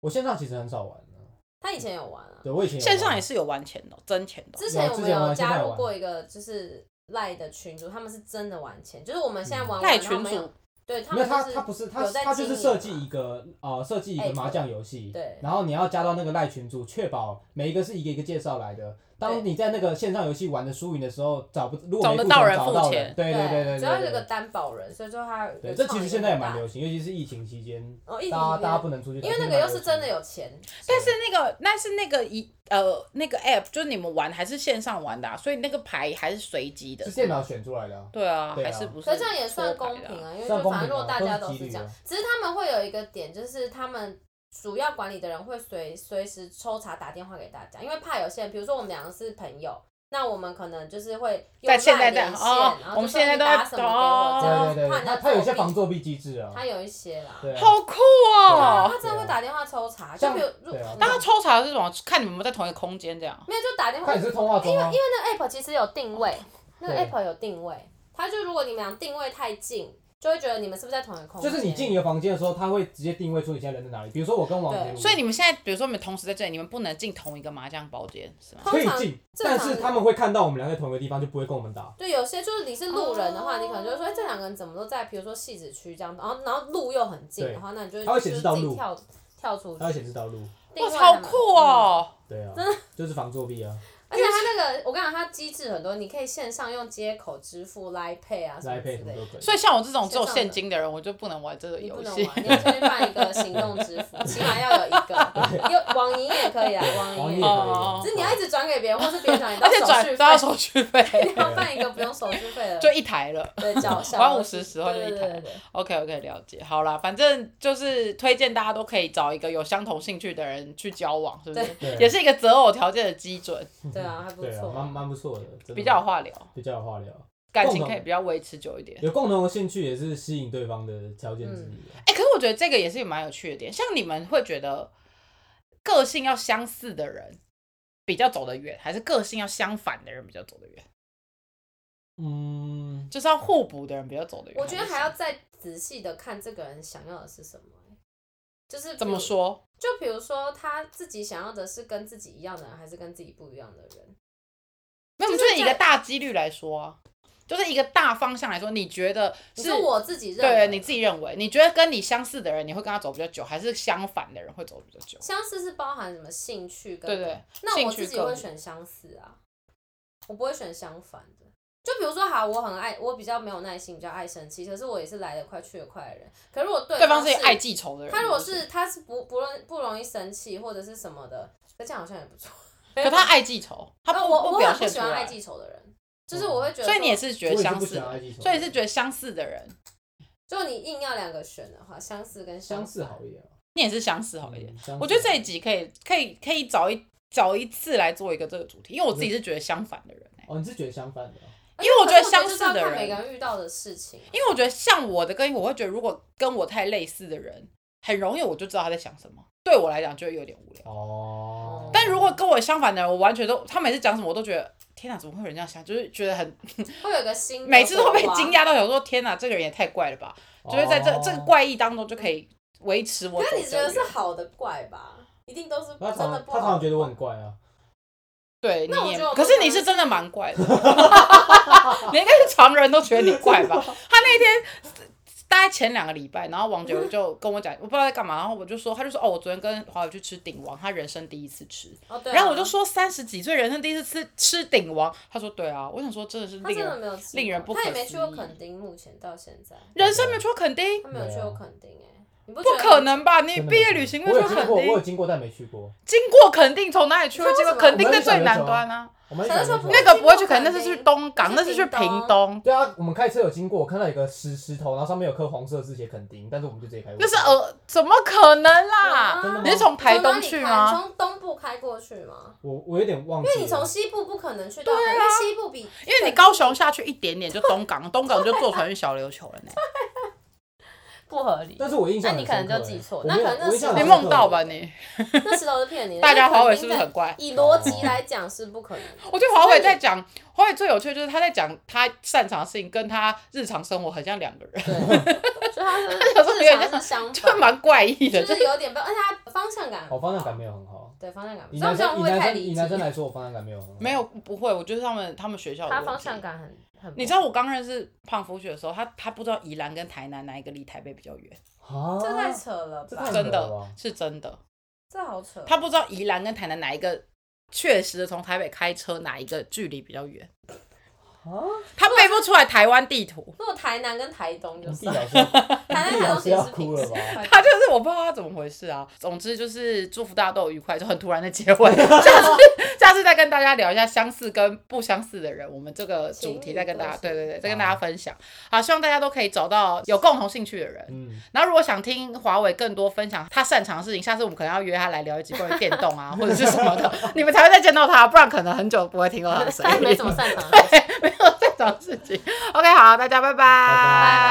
Speaker 2: 我线上其实很少玩啊的，
Speaker 3: 他以前有玩啊，
Speaker 2: 对我以前有
Speaker 1: 线上也
Speaker 2: 玩
Speaker 1: 是有玩钱的，真钱的。
Speaker 3: 之前我们
Speaker 2: 有
Speaker 3: 有加入
Speaker 2: 之前玩现在有玩
Speaker 3: 过一个就是赖的群组，他们是真的玩钱，就是我们现在玩
Speaker 1: 赖
Speaker 3: 完他
Speaker 1: 群
Speaker 3: 们有
Speaker 1: 主，
Speaker 3: 对他
Speaker 2: 没有
Speaker 3: 们
Speaker 2: 他
Speaker 3: 就是
Speaker 2: 他不是他
Speaker 3: 有在
Speaker 2: 他就是
Speaker 3: 经营
Speaker 2: 设
Speaker 3: 嘛
Speaker 2: 计一个呃设计一个
Speaker 3: App
Speaker 2: 麻将游戏，
Speaker 3: 对
Speaker 2: 然后你要加到那个赖群组，确保每一个是一个一个介绍来的。当
Speaker 3: 对
Speaker 2: 你在那个线上游戏玩的输赢的时候，找不如果
Speaker 1: 找
Speaker 2: 没
Speaker 1: 得
Speaker 2: 付
Speaker 1: 到
Speaker 2: 钱
Speaker 1: 人
Speaker 2: 找
Speaker 1: 付
Speaker 2: 到
Speaker 1: 钱
Speaker 2: 人，对对
Speaker 3: 对
Speaker 2: 对对，
Speaker 3: 主要
Speaker 2: 对
Speaker 3: 有个
Speaker 2: 对
Speaker 3: 担保人，所以说他有
Speaker 2: 对，这其实现在也蛮流
Speaker 3: 行，
Speaker 2: 行，尤其是疫情期间，
Speaker 3: 哦，一
Speaker 2: 大
Speaker 3: 直
Speaker 2: 家大家不能出去打，
Speaker 3: 因为那
Speaker 2: 可以
Speaker 3: 个
Speaker 2: 打
Speaker 3: 又是
Speaker 2: 游戏
Speaker 3: 真的有钱，
Speaker 1: 但是那个那是那个一呃那个 app 就是你们玩还是线上玩的啊，所以那个牌还是随机的
Speaker 2: 是。电脑选出来的啊，
Speaker 1: 对啊，
Speaker 2: 对啊
Speaker 1: 还是不是？
Speaker 3: 可是这样也算公平。啊，因为
Speaker 2: 算
Speaker 3: 就
Speaker 2: 公
Speaker 3: 反
Speaker 2: 平
Speaker 3: 正如果
Speaker 2: 啊
Speaker 3: 大
Speaker 2: 都
Speaker 3: 家
Speaker 2: 是
Speaker 3: 都
Speaker 2: 几
Speaker 3: 是
Speaker 2: 率
Speaker 3: 这样
Speaker 2: 啊，
Speaker 3: 只是他们会有一个点，就是他们。主要管理的人会随随时抽查打电话给大家，因为怕有些人，比如说我们两个是朋友，那我们可能就是会用
Speaker 1: 在现在
Speaker 3: 赖
Speaker 1: 这样
Speaker 3: 连线，
Speaker 1: 哦
Speaker 3: 然
Speaker 1: 我
Speaker 3: 后
Speaker 1: 们
Speaker 3: 就说
Speaker 1: 现在
Speaker 3: 你
Speaker 1: 都要
Speaker 3: 打什么给我，
Speaker 2: 对
Speaker 1: 哦
Speaker 3: 这
Speaker 2: 对对，
Speaker 3: 样怕
Speaker 2: 他
Speaker 3: 你
Speaker 2: 他有一些
Speaker 3: 作弊
Speaker 2: 防作弊机制啊，
Speaker 3: 他有一些啦。
Speaker 2: 对啊，
Speaker 1: 好酷
Speaker 3: 啊，
Speaker 1: 哦！
Speaker 3: 他真的会打电话抽查，就
Speaker 2: 像
Speaker 3: 比如如
Speaker 2: 对啊
Speaker 1: 那他抽查的是什么？看你们有没有在同一个空间这样。
Speaker 3: 没有就打电话
Speaker 2: 看，你是通话中啊，
Speaker 3: 那个 app 其实有定位，那个
Speaker 2: 对
Speaker 3: app 有定位，它就如果你们俩定位太近，就会觉得你们是不是在同一个空
Speaker 1: 哦
Speaker 2: 就
Speaker 3: 间。
Speaker 2: 是你进你的房间的时候，他会直接定位出你现在人在哪里。比如说我跟王杰，
Speaker 3: 对
Speaker 1: 所以你们现在，比如说你们同时在这里，你们不能进同一个麻将包间，是吗？
Speaker 2: 可以
Speaker 3: 通常
Speaker 2: 进，
Speaker 3: 正常
Speaker 2: 但是他们会看到我们俩在同一个地方，就不会跟我们打。
Speaker 3: 对，有些就是你是路人的话，
Speaker 1: 哦
Speaker 3: 你可能就会说哎这两个人怎么都在，比如说戏子区这样，然后然后路又很近
Speaker 2: 对
Speaker 3: 的话，那你就
Speaker 2: 它会显示到
Speaker 3: 就是自
Speaker 2: 路
Speaker 3: 己跳跳出
Speaker 2: 他会
Speaker 3: 去。
Speaker 2: 显示道路，
Speaker 3: 定
Speaker 1: 哇，
Speaker 3: 位还
Speaker 1: 好
Speaker 3: 蛮
Speaker 1: 酷！哦！
Speaker 2: 对啊，就是防作弊啊，
Speaker 3: 嗯而且它那个，我跟你讲，它机制很多，你可以线上用接口支付、Line Pay 啊什么
Speaker 2: 来
Speaker 3: 之
Speaker 2: 配
Speaker 3: 类
Speaker 2: 什么
Speaker 3: 的
Speaker 2: 都。可以。
Speaker 1: 所以像我这种只有
Speaker 3: 线上的
Speaker 1: 现金的人，我就不能玩这个
Speaker 3: 你不
Speaker 1: 游
Speaker 3: 能
Speaker 1: 戏
Speaker 3: 玩，。你要先办一个行动支付，起码要有一 个。有网银也可以啊，
Speaker 2: 王
Speaker 3: 网
Speaker 2: 毅也可以
Speaker 3: 银也
Speaker 1: 哦
Speaker 3: 可以。
Speaker 2: 啊，
Speaker 3: 只是你要一直转给别人，或是别人转给你，
Speaker 1: 而且转都要
Speaker 3: 手
Speaker 1: 手续费，
Speaker 3: 续费， 要办一个不用手续费的，
Speaker 1: 就一台了。
Speaker 3: 对缴 小
Speaker 1: 玩
Speaker 3: 额
Speaker 1: 50时候就
Speaker 3: 对
Speaker 1: 一
Speaker 3: 对
Speaker 1: 台
Speaker 3: 对对对
Speaker 1: OK OK，了解。好啦，反正就是推荐大家都可以找一个有相同兴趣的人去交往，是不是？
Speaker 2: 对
Speaker 1: 也是一个择偶条件的基准，
Speaker 3: 对啊，还不
Speaker 2: 对啊，蛮
Speaker 3: 错。
Speaker 2: 蛮不错的，真的
Speaker 1: 比较有话聊，
Speaker 2: 比较有话聊，
Speaker 1: 感情可以比较维持久一点。
Speaker 2: 有共同的兴趣也是吸引对方的条件之一啊。
Speaker 1: 哎、可是我觉得这个也是有蛮有趣的点，像你们会觉得个性要相似的人比较走得远，还是个性要相反的人比较走得远？
Speaker 2: 嗯，
Speaker 1: 就是要互补的人比较走得远。
Speaker 3: 我觉得
Speaker 1: 是
Speaker 3: 还要再仔细的看这个人想要的是什么、欸就是比如
Speaker 1: 怎么？说？
Speaker 3: 就比如说他自己想要的是跟自己一样的人，还是跟自己不一样的人？
Speaker 1: 那我们
Speaker 3: 就是
Speaker 1: 就是一
Speaker 3: 这
Speaker 1: 个大几率来说啊，就是一个大方向来说，你觉得
Speaker 3: 你
Speaker 1: 是
Speaker 3: 说我自己认为
Speaker 1: 对
Speaker 3: 的
Speaker 1: 你自己认为，你觉得跟你相似的人，你会跟他走比较久，还是相反的人会走比较久？
Speaker 3: 相似是包含什么兴趣跟
Speaker 1: 对对
Speaker 3: 那
Speaker 1: 兴
Speaker 3: 我
Speaker 1: 趣
Speaker 3: 自己
Speaker 1: 个
Speaker 3: 会
Speaker 1: 人
Speaker 3: 选相似啊，我不会选相反的。就比如说，好，我很爱，我比较没有耐心，比较爱生气，可是我也是来得快去得快的人。可是如果对
Speaker 1: 对方
Speaker 3: 是
Speaker 1: 是一个爱记仇的人，
Speaker 3: 他如果
Speaker 1: 不
Speaker 3: 是他是不不容不容易生气或者是什么的，那这样好像也不错。
Speaker 1: 可他爱记仇，他
Speaker 3: 那
Speaker 1: 不
Speaker 3: 呃我
Speaker 1: 不
Speaker 3: 我
Speaker 1: 表
Speaker 3: 很不
Speaker 1: 现
Speaker 3: 喜
Speaker 1: 出
Speaker 3: 欢爱
Speaker 1: 来，哦
Speaker 3: 记仇的人，就是我会觉得说，
Speaker 1: 所以你也是觉
Speaker 2: 我也
Speaker 1: 得
Speaker 2: 是
Speaker 1: 相
Speaker 2: 不
Speaker 1: 似
Speaker 2: 喜欢
Speaker 1: 的，
Speaker 2: 爱记仇，
Speaker 1: 所以是觉得相似的人，
Speaker 3: 就你硬要两个选的话，相似跟
Speaker 2: 相似
Speaker 3: 似
Speaker 2: 好一点啊，
Speaker 1: 你也是相似好一点。
Speaker 2: 嗯相似
Speaker 1: 我觉得这一集可以可以可以找一找一次来做一个这个主题，因为我自己是觉得相反的人、欸
Speaker 2: 哦，你是觉得相反的啊，
Speaker 1: 因为我
Speaker 3: 可
Speaker 1: 觉得
Speaker 3: 是
Speaker 1: 相
Speaker 3: 就是
Speaker 1: 似
Speaker 3: 要
Speaker 1: 的
Speaker 3: 看每个
Speaker 1: 人，
Speaker 3: 人遇到的事情啊、
Speaker 1: 因为我觉得像我的跟我会觉得，如果跟我太类似的人，很容易我就知道他在想什么，对我来讲就会有点无聊。
Speaker 2: 哦，
Speaker 1: 但如果跟我相反的人，我完全都他每次讲什么我都觉得。天哪，怎么会有人这样想？就是觉得很，
Speaker 3: 会有一个新的
Speaker 1: 每次都被
Speaker 3: 火花
Speaker 1: 惊。讶到，想说天哪，这个人也太怪了吧！就是在这、
Speaker 2: 哦
Speaker 1: 这个，怪异当中就可以维持我走
Speaker 3: 那
Speaker 1: 比较远。
Speaker 3: 你觉得是好的怪吧？一定都是真
Speaker 2: 他常
Speaker 3: 的
Speaker 2: 常
Speaker 3: 不
Speaker 2: 他常
Speaker 3: 好
Speaker 2: 常。觉得我很怪啊，
Speaker 1: 对，
Speaker 3: 那
Speaker 1: 你
Speaker 3: 我
Speaker 1: 也
Speaker 3: 觉得我
Speaker 1: 可
Speaker 3: 不
Speaker 1: 是
Speaker 3: 可
Speaker 1: 你
Speaker 3: 能
Speaker 1: 是真的蛮怪 的，你应该是常人都觉得你怪吧？他那天大概前两个礼拜，然后王九就跟我讲，我不知道在干嘛，然后我就说，他就说哦，我昨天跟华友去吃鼎王，他人生第一次吃，
Speaker 3: 哦，对啊、
Speaker 1: 然后我就说三十几岁人生第一次吃吃鼎王，他说对啊，我想说真的是
Speaker 3: 他
Speaker 1: 令
Speaker 3: 真的
Speaker 1: 人
Speaker 3: 没有吃过，
Speaker 1: 令人不可
Speaker 3: 他也没去过
Speaker 1: 思议
Speaker 3: 垦丁，目前到现在
Speaker 1: 人生没有去过垦丁，
Speaker 3: 他没有去过
Speaker 2: 没有啊
Speaker 3: 垦丁哎、你不
Speaker 1: 不
Speaker 3: 不
Speaker 1: 可能吧？你
Speaker 2: 真的
Speaker 1: 毕
Speaker 2: 没
Speaker 1: 业
Speaker 2: 去
Speaker 1: 旅行
Speaker 2: 过
Speaker 1: 会
Speaker 2: 我
Speaker 1: 去
Speaker 2: 有经
Speaker 1: 垦
Speaker 2: 过，我有
Speaker 1: 丁，
Speaker 2: 经过但没去过，
Speaker 1: 经过垦丁从哪里去
Speaker 3: 你
Speaker 1: 会
Speaker 3: 知
Speaker 1: 经
Speaker 3: 道为
Speaker 1: 过
Speaker 3: 什么
Speaker 1: 垦
Speaker 2: 我
Speaker 1: 丁
Speaker 2: 们
Speaker 1: 在
Speaker 2: 在小
Speaker 1: 最
Speaker 2: 琉
Speaker 1: 南
Speaker 2: 球啊
Speaker 1: 端啊，
Speaker 2: 我们
Speaker 3: 小的时候不
Speaker 1: 那
Speaker 3: 是
Speaker 1: 个不会去
Speaker 3: 经过
Speaker 1: 垦丁，那
Speaker 3: 垦
Speaker 1: 是去
Speaker 3: 丁
Speaker 1: 东港，
Speaker 3: 是
Speaker 1: 那是去
Speaker 3: 屏
Speaker 1: 屏
Speaker 3: 东
Speaker 1: 东。
Speaker 2: 对啊，我们开车有经过，我看到有个石石头，然后上面有颗红色字写垦丁，但是我们就直接开过去。
Speaker 1: 那是呃，怎么可能啦？
Speaker 2: 真的吗
Speaker 1: 你是从台
Speaker 3: 啊从哪
Speaker 1: 东
Speaker 3: 里
Speaker 1: 去
Speaker 3: 开
Speaker 1: 吗
Speaker 3: 从东部开过去吗？
Speaker 2: 我我有点忘记
Speaker 3: 因
Speaker 2: 了，
Speaker 3: 为你从西部不可能去到，
Speaker 1: 对啊
Speaker 3: 因为西部比
Speaker 1: 因为你高雄下去一点点就东港， 东港就坐船去小琉球 了呢。
Speaker 3: 不合理
Speaker 2: 但是我印象
Speaker 3: 那
Speaker 2: 很
Speaker 3: 你可能
Speaker 2: 深刻
Speaker 3: 就记
Speaker 2: 欸
Speaker 3: 错
Speaker 2: 我
Speaker 3: 那
Speaker 2: 没有
Speaker 3: 可能那
Speaker 2: 我印象很
Speaker 3: 是
Speaker 1: 你
Speaker 2: 深
Speaker 1: 梦
Speaker 2: 刻
Speaker 1: 到吧你？
Speaker 3: 那石头是骗你的。
Speaker 1: 大家
Speaker 3: 因
Speaker 1: 华
Speaker 3: 为肯
Speaker 1: 为
Speaker 3: 定
Speaker 1: 是不是
Speaker 3: 在
Speaker 1: 很怪？
Speaker 3: 以逻
Speaker 2: 哦
Speaker 3: 辑来讲是不可 能的。
Speaker 1: 我觉得华为在讲华为最有趣的就是他在讲他擅长的事情跟他日常生活很像两个人，
Speaker 3: 对，所以他是
Speaker 1: 有时候有
Speaker 3: 日
Speaker 1: 点
Speaker 3: 常是相
Speaker 1: 就
Speaker 3: 反，
Speaker 1: 蛮怪异的。
Speaker 3: 就
Speaker 1: 就是
Speaker 3: 是有点被，而且他方向感，
Speaker 2: 我哦方向感没有很好。
Speaker 3: 对方向感，
Speaker 2: 以
Speaker 3: 这
Speaker 2: 男
Speaker 3: 样这样
Speaker 2: 生
Speaker 3: 会
Speaker 2: 以
Speaker 3: 不会
Speaker 2: 男
Speaker 3: 太
Speaker 2: 生以
Speaker 3: 离
Speaker 2: 男生
Speaker 3: 题？
Speaker 2: 来说，我方向感没有很好。
Speaker 1: 没有不会，我觉得他们他们学校有
Speaker 3: 他
Speaker 1: 问
Speaker 3: 方
Speaker 1: 题
Speaker 3: 向。感很很，
Speaker 1: 你知道我刚认识胖夫学的时候，他他不知道宜兰跟台南哪一个离台北比较远，
Speaker 2: 啊，
Speaker 3: 这太扯了
Speaker 2: 这
Speaker 3: 吧
Speaker 2: 太？
Speaker 1: 真
Speaker 2: 扯了
Speaker 1: 的
Speaker 2: 吧
Speaker 1: 是真的。
Speaker 3: 这好扯。
Speaker 1: 他不知道宜兰跟台南哪一个确实从台北开车哪一个距离比较远，
Speaker 2: 啊，
Speaker 1: 他背不出来台湾地图，
Speaker 3: 如果台南跟台东就
Speaker 2: 地
Speaker 3: 是，
Speaker 2: 老
Speaker 3: 台
Speaker 2: 师，
Speaker 3: 南
Speaker 2: 地
Speaker 3: 台
Speaker 2: 老
Speaker 3: 东
Speaker 2: 师
Speaker 3: 其实
Speaker 2: 要
Speaker 3: 是
Speaker 2: 哭
Speaker 3: 平
Speaker 2: 了
Speaker 3: 时
Speaker 2: 吧？
Speaker 1: 他就是我不知道他怎么回事啊。总之就是祝福大家都有愉快，就很突然的结 尾。下次下次再跟大家聊一下相似跟不相似的人，我们这个主题再跟大家，对对对，再跟大家分享。好，希望大家都可以找到有共同兴趣的人。
Speaker 2: 嗯，
Speaker 1: 然后，如果想听华为更多分享他擅长的事情，下次我们可能要约他来聊一集关于电动啊， 或者是什么的，你们才会再见到他，不然可能很久不会 听到他的声
Speaker 3: 他也
Speaker 1: 音。
Speaker 3: 没什么擅长的东西。
Speaker 1: 没有这种事情。OK，好，大家拜拜
Speaker 2: 拜